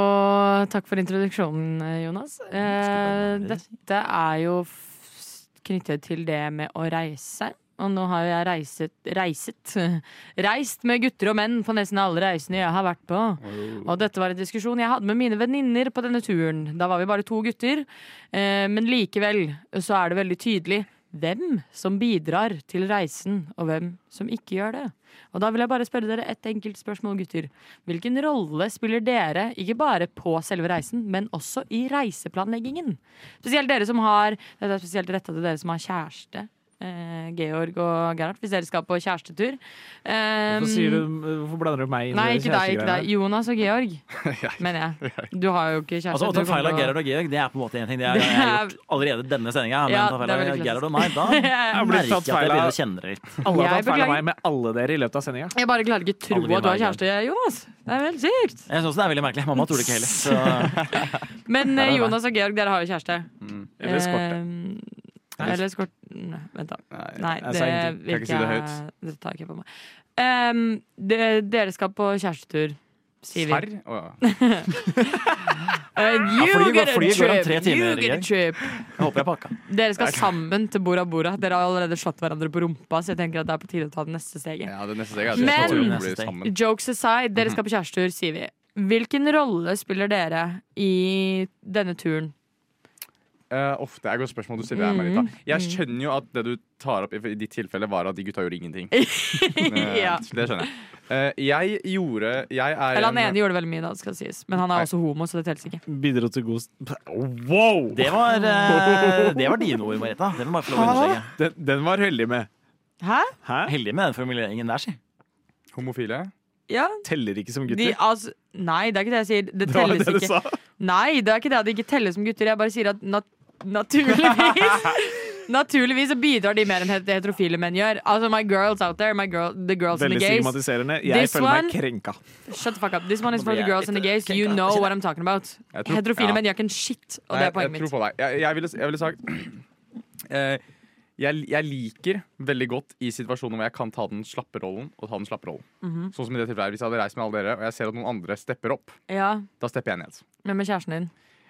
[SPEAKER 2] Takk for introduksjonen, Jonas. Eh,
[SPEAKER 1] Skulle bare mangle.
[SPEAKER 2] dette er jo f- knyttet til det med å reise. Og nå har jo jeg reiset Reiset [laughs] Reist med gutter og menn på nesten alle reisene jeg har vært på. Og dette var en diskusjon jeg hadde med mine venninner på denne turen. Da var vi bare to gutter. Eh, men likevel så er det veldig tydelig hvem som bidrar til reisen, og hvem som ikke gjør det. Og da vil jeg bare spørre dere et enkelt spørsmål, gutter. Hvilken rolle spiller dere, ikke bare på selve reisen, men også i reiseplanleggingen? Spesielt dere som har Dette er spesielt retta til dere som har kjæreste. Eh, Georg og Gerhard, hvis dere skal på kjærestetur. Eh,
[SPEAKER 4] Hvorfor, sier du, hvorfor blander du meg inn
[SPEAKER 2] Nei,
[SPEAKER 4] i
[SPEAKER 2] ikke deg, ikke deg.
[SPEAKER 4] kjærestegreiene?
[SPEAKER 2] Jonas og Georg,
[SPEAKER 1] [laughs]
[SPEAKER 2] mener jeg. Du har jo ikke kjæreste.
[SPEAKER 1] Altså, Å
[SPEAKER 2] du
[SPEAKER 1] ta feil av
[SPEAKER 2] kommer til å-
[SPEAKER 1] Gerhard og Georg, det er på en måte en ting. Det har jeg gjort allerede denne sendinga. Men
[SPEAKER 2] Ja,
[SPEAKER 1] ta
[SPEAKER 2] det er
[SPEAKER 1] feil av
[SPEAKER 2] veldig
[SPEAKER 1] Gerhard og meg, da merker
[SPEAKER 2] [laughs] Jeg
[SPEAKER 1] jeg
[SPEAKER 4] blir
[SPEAKER 1] at
[SPEAKER 4] tatt
[SPEAKER 1] jeg
[SPEAKER 4] feil av-
[SPEAKER 1] begynner å kjenne det litt.
[SPEAKER 4] Alle har
[SPEAKER 2] Jeg
[SPEAKER 4] tatt feil av
[SPEAKER 2] beklager.
[SPEAKER 4] meg med alle dere i løpet av sendinga.
[SPEAKER 2] Jeg bare klarer ikke tro
[SPEAKER 1] Aldri
[SPEAKER 2] at du har
[SPEAKER 1] meg,
[SPEAKER 2] kjæreste, Jonas. Det er helt sykt.
[SPEAKER 1] Jeg synes også det er veldig merkelig. Mamma tror det ikke heller. Så
[SPEAKER 2] Men eh,
[SPEAKER 1] er meg.
[SPEAKER 2] Jonas og Georg, dere har jo kjæreste.
[SPEAKER 4] Eller eskorte.
[SPEAKER 2] Eh, eller skort... Nei, Vent, da. Nei,
[SPEAKER 4] jeg
[SPEAKER 2] det
[SPEAKER 4] sa ingenting.
[SPEAKER 2] vil
[SPEAKER 3] Kan ikke si
[SPEAKER 2] ikke
[SPEAKER 3] det
[SPEAKER 2] jeg Det tar jeg ikke på meg. Em, det, dere skal på kjærestetur, sier vi. Eh,
[SPEAKER 3] Serr? Å ja.
[SPEAKER 2] And you
[SPEAKER 1] flyet går-
[SPEAKER 2] get a
[SPEAKER 1] flyet går om
[SPEAKER 2] trip,
[SPEAKER 1] tre timer,
[SPEAKER 2] you get a
[SPEAKER 1] Georg.
[SPEAKER 2] trip.
[SPEAKER 1] jeg håper jeg pakka.
[SPEAKER 2] Dere skal sammen til Bora Bora. Dere har allerede slått hverandre på rumpa, så jeg tenker at det er på tide å ta det neste steget.
[SPEAKER 3] ja, det neste steget er at
[SPEAKER 2] Men-
[SPEAKER 3] jeg tror vi
[SPEAKER 1] Neste
[SPEAKER 3] blir
[SPEAKER 1] steg.
[SPEAKER 3] sammen.
[SPEAKER 2] Jokes aside, dere skal på kjærestetur, sier vi. Hvilken rolle spiller dere i denne turen?
[SPEAKER 3] Eh, Uff, det er et godt spørsmål du stiller her, Marita.
[SPEAKER 2] Mm.
[SPEAKER 3] Jeg skjønner jo at det du tar opp i i ditt tilfelle, var at de gutta gjorde ingenting. Eh,
[SPEAKER 2] [laughs] Ja.
[SPEAKER 3] Det skjønner jeg. Eh, jeg gjorde Jeg er
[SPEAKER 2] Eller han
[SPEAKER 3] en-
[SPEAKER 2] ene gjorde veldig mye, da, skal sies. Men han er også homo, så det telles ikke.
[SPEAKER 4] Bidro til god s- Wow!
[SPEAKER 1] Det var, eh, det var dine ord, Marita. Det må jeg bare få lov å understreke.
[SPEAKER 4] Den, den var heldig med.
[SPEAKER 2] Hæ?
[SPEAKER 4] Hæ?
[SPEAKER 1] Heldig med den formuleringen der, si.
[SPEAKER 3] homofile.
[SPEAKER 2] Ja,
[SPEAKER 4] Teller ikke som
[SPEAKER 2] de,
[SPEAKER 4] [laughs] gutter.
[SPEAKER 2] altså, nei, det er ikke det jeg sier. Det
[SPEAKER 4] det var
[SPEAKER 2] telles
[SPEAKER 4] det du
[SPEAKER 2] ikke.
[SPEAKER 4] sa.
[SPEAKER 2] Nei, det er ikke det at de ikke teller som gutter. Jeg bare sier at nat
[SPEAKER 3] [laughs]
[SPEAKER 2] Naturligvis. Naturligvis så bidrar de mer enn het- heterofile menn gjør. Altså, my girls out there, my girl, the girls and the
[SPEAKER 4] Veldig
[SPEAKER 2] Altså, gays.
[SPEAKER 4] stigmatiserende. Jeg
[SPEAKER 2] This
[SPEAKER 4] føler
[SPEAKER 2] one-
[SPEAKER 4] meg krenka.
[SPEAKER 2] Shut the fuck up. This one is
[SPEAKER 3] Nå
[SPEAKER 2] for
[SPEAKER 3] blir
[SPEAKER 2] the
[SPEAKER 3] jeg
[SPEAKER 2] girls and the gays. You know what I'm talking about.
[SPEAKER 3] Jeg tror-
[SPEAKER 2] Heterofile
[SPEAKER 3] ja.
[SPEAKER 2] menn gjør ikke en shit, og
[SPEAKER 3] Nei,
[SPEAKER 2] det er
[SPEAKER 3] jeg,
[SPEAKER 2] poenget
[SPEAKER 3] tror
[SPEAKER 2] mitt.
[SPEAKER 3] på deg. Jeg, jeg, ville, jeg ville sagt [clears throat] eh, jeg, jeg liker veldig godt i situasjoner hvor jeg kan ta den slappe rollen og ta den slappe rollen.
[SPEAKER 2] Mhm.
[SPEAKER 3] Sånn som i det tilfellet her, Hvis jeg hadde reist med alle dere, og jeg ser at noen andre stepper opp,
[SPEAKER 2] Ja,
[SPEAKER 3] da stepper jeg ned.
[SPEAKER 2] Men med kjæresten din.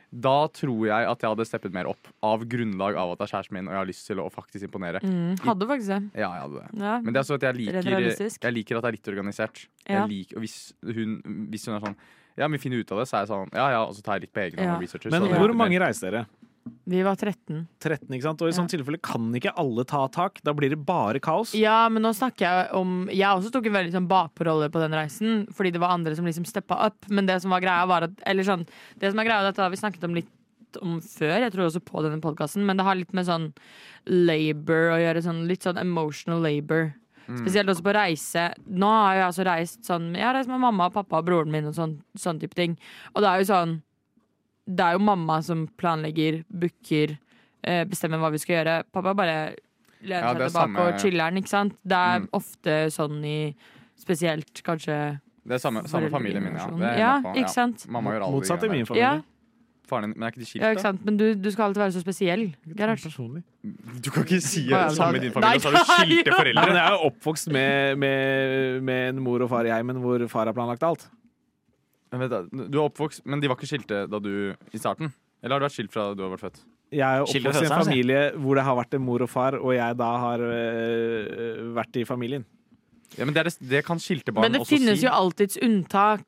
[SPEAKER 3] Da tror jeg at jeg hadde steppet mer opp, av grunnlag av at det er kjæresten min og jeg har lyst til å faktisk imponere.
[SPEAKER 2] Mm, hadde faktisk det.
[SPEAKER 3] Ja, jeg hadde det.
[SPEAKER 2] Ja.
[SPEAKER 3] Men det er så at jeg liker,
[SPEAKER 2] Rett realistisk.
[SPEAKER 3] jeg liker at det er litt organisert.
[SPEAKER 2] Ja.
[SPEAKER 3] Jeg liker, og hvis hun, hvis hun er sånn Ja, men finner ut av det, så er jeg sånn Ja, ja, og så tar jeg litt på egen hånd.
[SPEAKER 2] Ja.
[SPEAKER 3] og researcher,
[SPEAKER 4] Men
[SPEAKER 3] så-
[SPEAKER 4] hvor mange reiser dere?
[SPEAKER 2] Vi var 13.
[SPEAKER 4] 13, ikke sant? Og i sånne tilfeller kan ikke alle ta tak. Da blir det bare kaos.
[SPEAKER 2] Ja, men nå snakker jeg om Jeg også tok en veldig sånn bakrolle på den reisen, fordi det var andre som liksom steppa opp. Men det som var greia, var at Eller sånn Det som er greia, dette har vi snakket om litt om før, jeg tror også på denne podkasten, men det har litt med sånn labor å gjøre. Sånn, litt sånn emotional labor.
[SPEAKER 3] Mm.
[SPEAKER 2] Spesielt også på reise. Nå har jeg altså reist sånn Jeg har reist med mamma og pappa og broren min og sånn, sånn type ting. Og det er jo sånn Det er jo mamma som planlegger, booker, eh, bestemmer hva vi skal gjøre. Pappa bare lener
[SPEAKER 3] Ja,
[SPEAKER 2] seg
[SPEAKER 3] det er
[SPEAKER 2] tilbake
[SPEAKER 3] samme-
[SPEAKER 2] og chiller'n, ikke sant? Det er
[SPEAKER 3] Mm.
[SPEAKER 2] ofte sånn i Spesielt kanskje
[SPEAKER 3] Det er samme, samme familien min, ja. Det er jeg
[SPEAKER 2] ja,
[SPEAKER 3] med på,
[SPEAKER 2] ikke sant?
[SPEAKER 3] Mamma gjør alle de
[SPEAKER 4] Motsatt i
[SPEAKER 3] greiene
[SPEAKER 4] min
[SPEAKER 3] der.
[SPEAKER 2] Ja,
[SPEAKER 4] familie.
[SPEAKER 3] Faren din, men er ikke de skilt,
[SPEAKER 2] ja, ikke sant? Men du, du skal alltid være så spesiell. Gerhard.
[SPEAKER 3] Mm.
[SPEAKER 4] Personlig.
[SPEAKER 3] da? Du kan ikke si
[SPEAKER 2] Å, ja,
[SPEAKER 3] det samme i din
[SPEAKER 2] da-
[SPEAKER 3] familie, og så har du
[SPEAKER 2] Nei, da-
[SPEAKER 3] skilte
[SPEAKER 2] [laughs]
[SPEAKER 4] Nei, men
[SPEAKER 3] foreldre.
[SPEAKER 4] jeg er jo oppvokst med, med, med en mor og far i heimen hvor far har planlagt alt.
[SPEAKER 3] Men vent da, Du er oppvokst, men de var ikke skilte da du i starten? Eller har du vært skilt fra du har vært født?
[SPEAKER 4] Jeg er jo
[SPEAKER 1] Skille
[SPEAKER 4] oppvokst i en
[SPEAKER 1] fødselen, sier
[SPEAKER 4] familie hvor det har vært en mor og far, og jeg da har øh, vært i familien.
[SPEAKER 3] Ja, men Det, er det, det kan skiltebarn
[SPEAKER 2] Men det
[SPEAKER 3] også si.
[SPEAKER 2] finnes jo alltids unntak.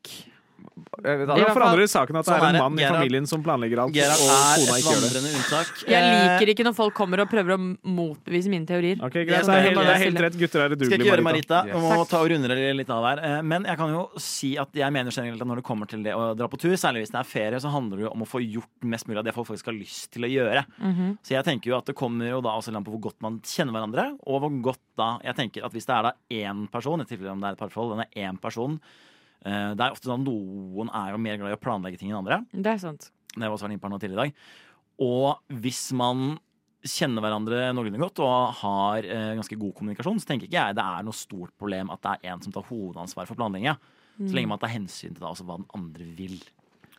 [SPEAKER 3] Jeg Eh, vet
[SPEAKER 4] Det
[SPEAKER 3] aldri.
[SPEAKER 2] hvert fall-
[SPEAKER 4] forandrer saken at det
[SPEAKER 1] Sånn
[SPEAKER 4] er
[SPEAKER 1] er
[SPEAKER 4] en
[SPEAKER 1] det.
[SPEAKER 4] mann i
[SPEAKER 1] Gerhard-
[SPEAKER 4] familien som planlegger alt,
[SPEAKER 1] Gerhard
[SPEAKER 4] og
[SPEAKER 1] er
[SPEAKER 4] kona
[SPEAKER 1] et
[SPEAKER 4] ikke gjør det.
[SPEAKER 1] vandrende unntak. Eh,
[SPEAKER 2] Jeg
[SPEAKER 3] Eh,
[SPEAKER 2] liker ikke når folk kommer og prøver å motbevise mine teorier.
[SPEAKER 4] Ok,
[SPEAKER 1] Jeg
[SPEAKER 4] greit, det er
[SPEAKER 1] skal bare
[SPEAKER 4] helt, det er
[SPEAKER 2] stille.
[SPEAKER 4] helt rett. Gutter er
[SPEAKER 1] Skal
[SPEAKER 4] udugelige,
[SPEAKER 1] ikke gjøre
[SPEAKER 4] Marita.
[SPEAKER 1] Marita.
[SPEAKER 3] Yes.
[SPEAKER 1] Vi må ta og runde det litt av her. Eh, Men jeg kan jo si at jeg mener generelt at når det kommer til det å dra på tur, særlig hvis det er ferie, så handler det jo om å få gjort mest mulig av det folk faktisk har lyst til å gjøre.
[SPEAKER 2] Mhm.
[SPEAKER 1] Så jeg tenker jo at det kommer jo da også an på hvor godt man kjenner hverandre, og hvor godt da Jeg tenker at hvis det er da én person, i tilfelle om det er et parforhold, den er én person eh, det er ofte sånn at Noen er jo mer glad i å planlegge ting enn andre.
[SPEAKER 2] Det er sant.
[SPEAKER 1] Det har jeg også vært inne på her nå tidligere i dag. Og hvis man kjenner hverandre noenlunde godt og har eh, ganske god kommunikasjon, så tenker ikke jeg det er noe stort problem at det er en som tar hovedansvar for planlegginga. Så
[SPEAKER 2] Mm.
[SPEAKER 1] lenge man tar hensyn til da også hva den andre vil.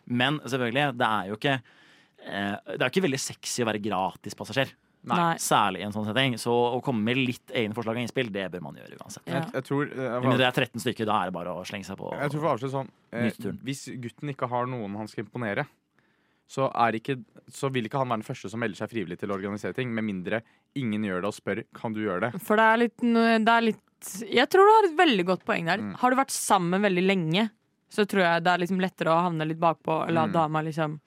[SPEAKER 1] Men selvfølgelig, det er jo ikke eh, Det er jo ikke veldig sexy å være gratispassasjer.
[SPEAKER 2] Nei.
[SPEAKER 1] Særlig i en sånn setting. Så å komme med litt egne forslag og innspill, det bør man gjøre uansett.
[SPEAKER 2] Ja.
[SPEAKER 3] Jeg tror, eh, jeg
[SPEAKER 1] Men
[SPEAKER 3] var-
[SPEAKER 1] det er 13 stykker, da er det bare å slenge seg på.
[SPEAKER 3] Jeg tror for å avslutte sånn eh,
[SPEAKER 1] Nytt turn.
[SPEAKER 3] Hvis gutten ikke har noen han skal imponere, så, er ikke, så vil ikke han være den første som melder seg frivillig til å organisere ting, med mindre ingen gjør det og spør kan du gjøre det.
[SPEAKER 2] For det er litt, det er litt Jeg tror du har et veldig godt poeng der.
[SPEAKER 3] Mm.
[SPEAKER 2] Har du vært sammen veldig lenge, så tror jeg det er liksom lettere å havne litt bakpå og la
[SPEAKER 3] Mm.
[SPEAKER 2] dama liksom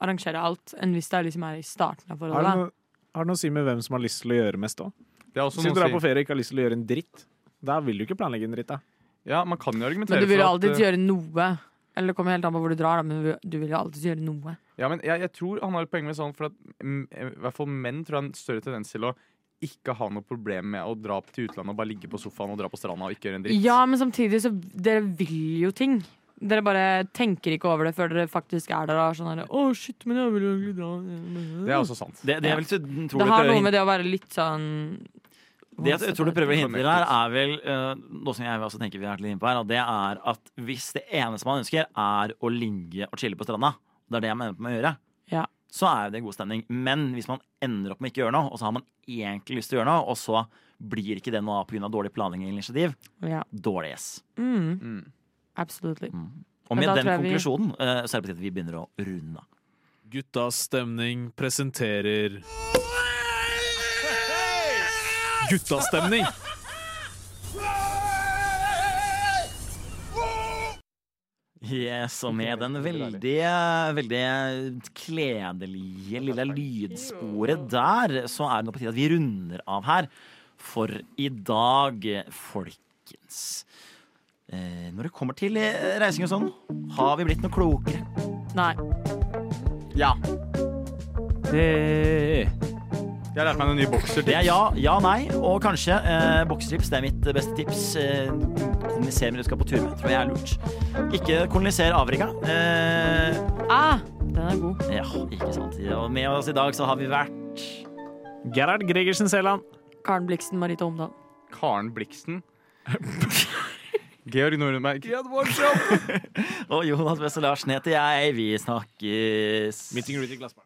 [SPEAKER 2] arrangere alt, enn hvis det er liksom er i starten av
[SPEAKER 4] Har det
[SPEAKER 2] forholdet.
[SPEAKER 4] noe- har det noe å si med hvem som har lyst til å gjøre mest òg?
[SPEAKER 3] det er også
[SPEAKER 4] Hvis du
[SPEAKER 3] noe å
[SPEAKER 4] drar
[SPEAKER 3] si.
[SPEAKER 4] på ferie og ikke har lyst til å gjøre en dritt, da vil du ikke planlegge en dritt, da.
[SPEAKER 3] Ja, man kan jo
[SPEAKER 2] Men
[SPEAKER 3] argumentere
[SPEAKER 2] du vil jo
[SPEAKER 3] for
[SPEAKER 2] alltid
[SPEAKER 3] at, eh,
[SPEAKER 2] gjøre noe. Eller det kommer helt an på hvor du drar, da, men du vil jo alltid gjøre noe.
[SPEAKER 3] Ja, men jeg, jeg tror han har et poeng med sånn, for at mm, i hvert fall menn tror jeg har en større tendens til å ikke ha noe problem med å dra til utlandet og bare ligge på sofaen og dra på stranda og ikke gjøre en dritt.
[SPEAKER 2] Ja, men samtidig så Dere vil jo ting. Dere bare tenker ikke over det før dere faktisk er der. og er Sånn her, Å, shit, men jeg vil jo egentlig dra
[SPEAKER 3] Det er også sant.
[SPEAKER 1] Det, altså- det jeg vil tro vi
[SPEAKER 2] Det har
[SPEAKER 1] prøver å
[SPEAKER 2] noe med det å være litt sånn
[SPEAKER 1] Det jeg tror du prøver å hinte til her,
[SPEAKER 3] Connected.
[SPEAKER 1] er vel eh, noe som jeg også tenker vi har vært litt inne på her, og det er at hvis det eneste man ønsker, er å ligge og chille på stranda, det er det jeg mener på med å gjøre,
[SPEAKER 2] Ja.
[SPEAKER 1] så er jo det god stemning. Men hvis man ender opp med ikke å gjøre noe, og så har man egentlig lyst til å gjøre noe, og så blir ikke det noe av pga. dårlig planlegging eller initiativ,
[SPEAKER 2] Ja.
[SPEAKER 1] dårlig yes.
[SPEAKER 2] Mm,
[SPEAKER 3] Mm.
[SPEAKER 2] absolutely.
[SPEAKER 1] Og
[SPEAKER 2] Men
[SPEAKER 1] med
[SPEAKER 2] da
[SPEAKER 1] den
[SPEAKER 2] tror jeg vi-
[SPEAKER 1] konklusjonen eh, så er det på tide at vi begynner å runde av.
[SPEAKER 8] Guttas stemning presenterer Guttas stemning!
[SPEAKER 1] Yes, og med den veldig, veldig kledelige lille lydsporet der, så er det nå på tide at vi runder av her for i dag, folkens. Eh, Når det kommer til eh, reising og sånn, har vi blitt noe klokere?
[SPEAKER 2] Nei.
[SPEAKER 1] Ja.
[SPEAKER 3] Jeg har lært meg noen nye bokser.
[SPEAKER 1] Det er ja, ja, nei og kanskje. Eh, boksetips det er mitt beste tips. Eh, kommuniser med det du skal på tur med, tror jeg er lurt. Ikke koloniser Afrika. Eh,
[SPEAKER 2] Ah, Den er god.
[SPEAKER 1] Ja, ikke sant. Og med oss i dag så har vi vært
[SPEAKER 4] Gerhard Gregersen Seland.
[SPEAKER 2] Karen Bliksen, Marita Omdal.
[SPEAKER 3] Karen [laughs] Bliksen. Georg Nordenberg.
[SPEAKER 1] Og Jonas Wessel Larsen heter jeg. Vi snakkes.
[SPEAKER 4] Meeting Rudy Glassberg.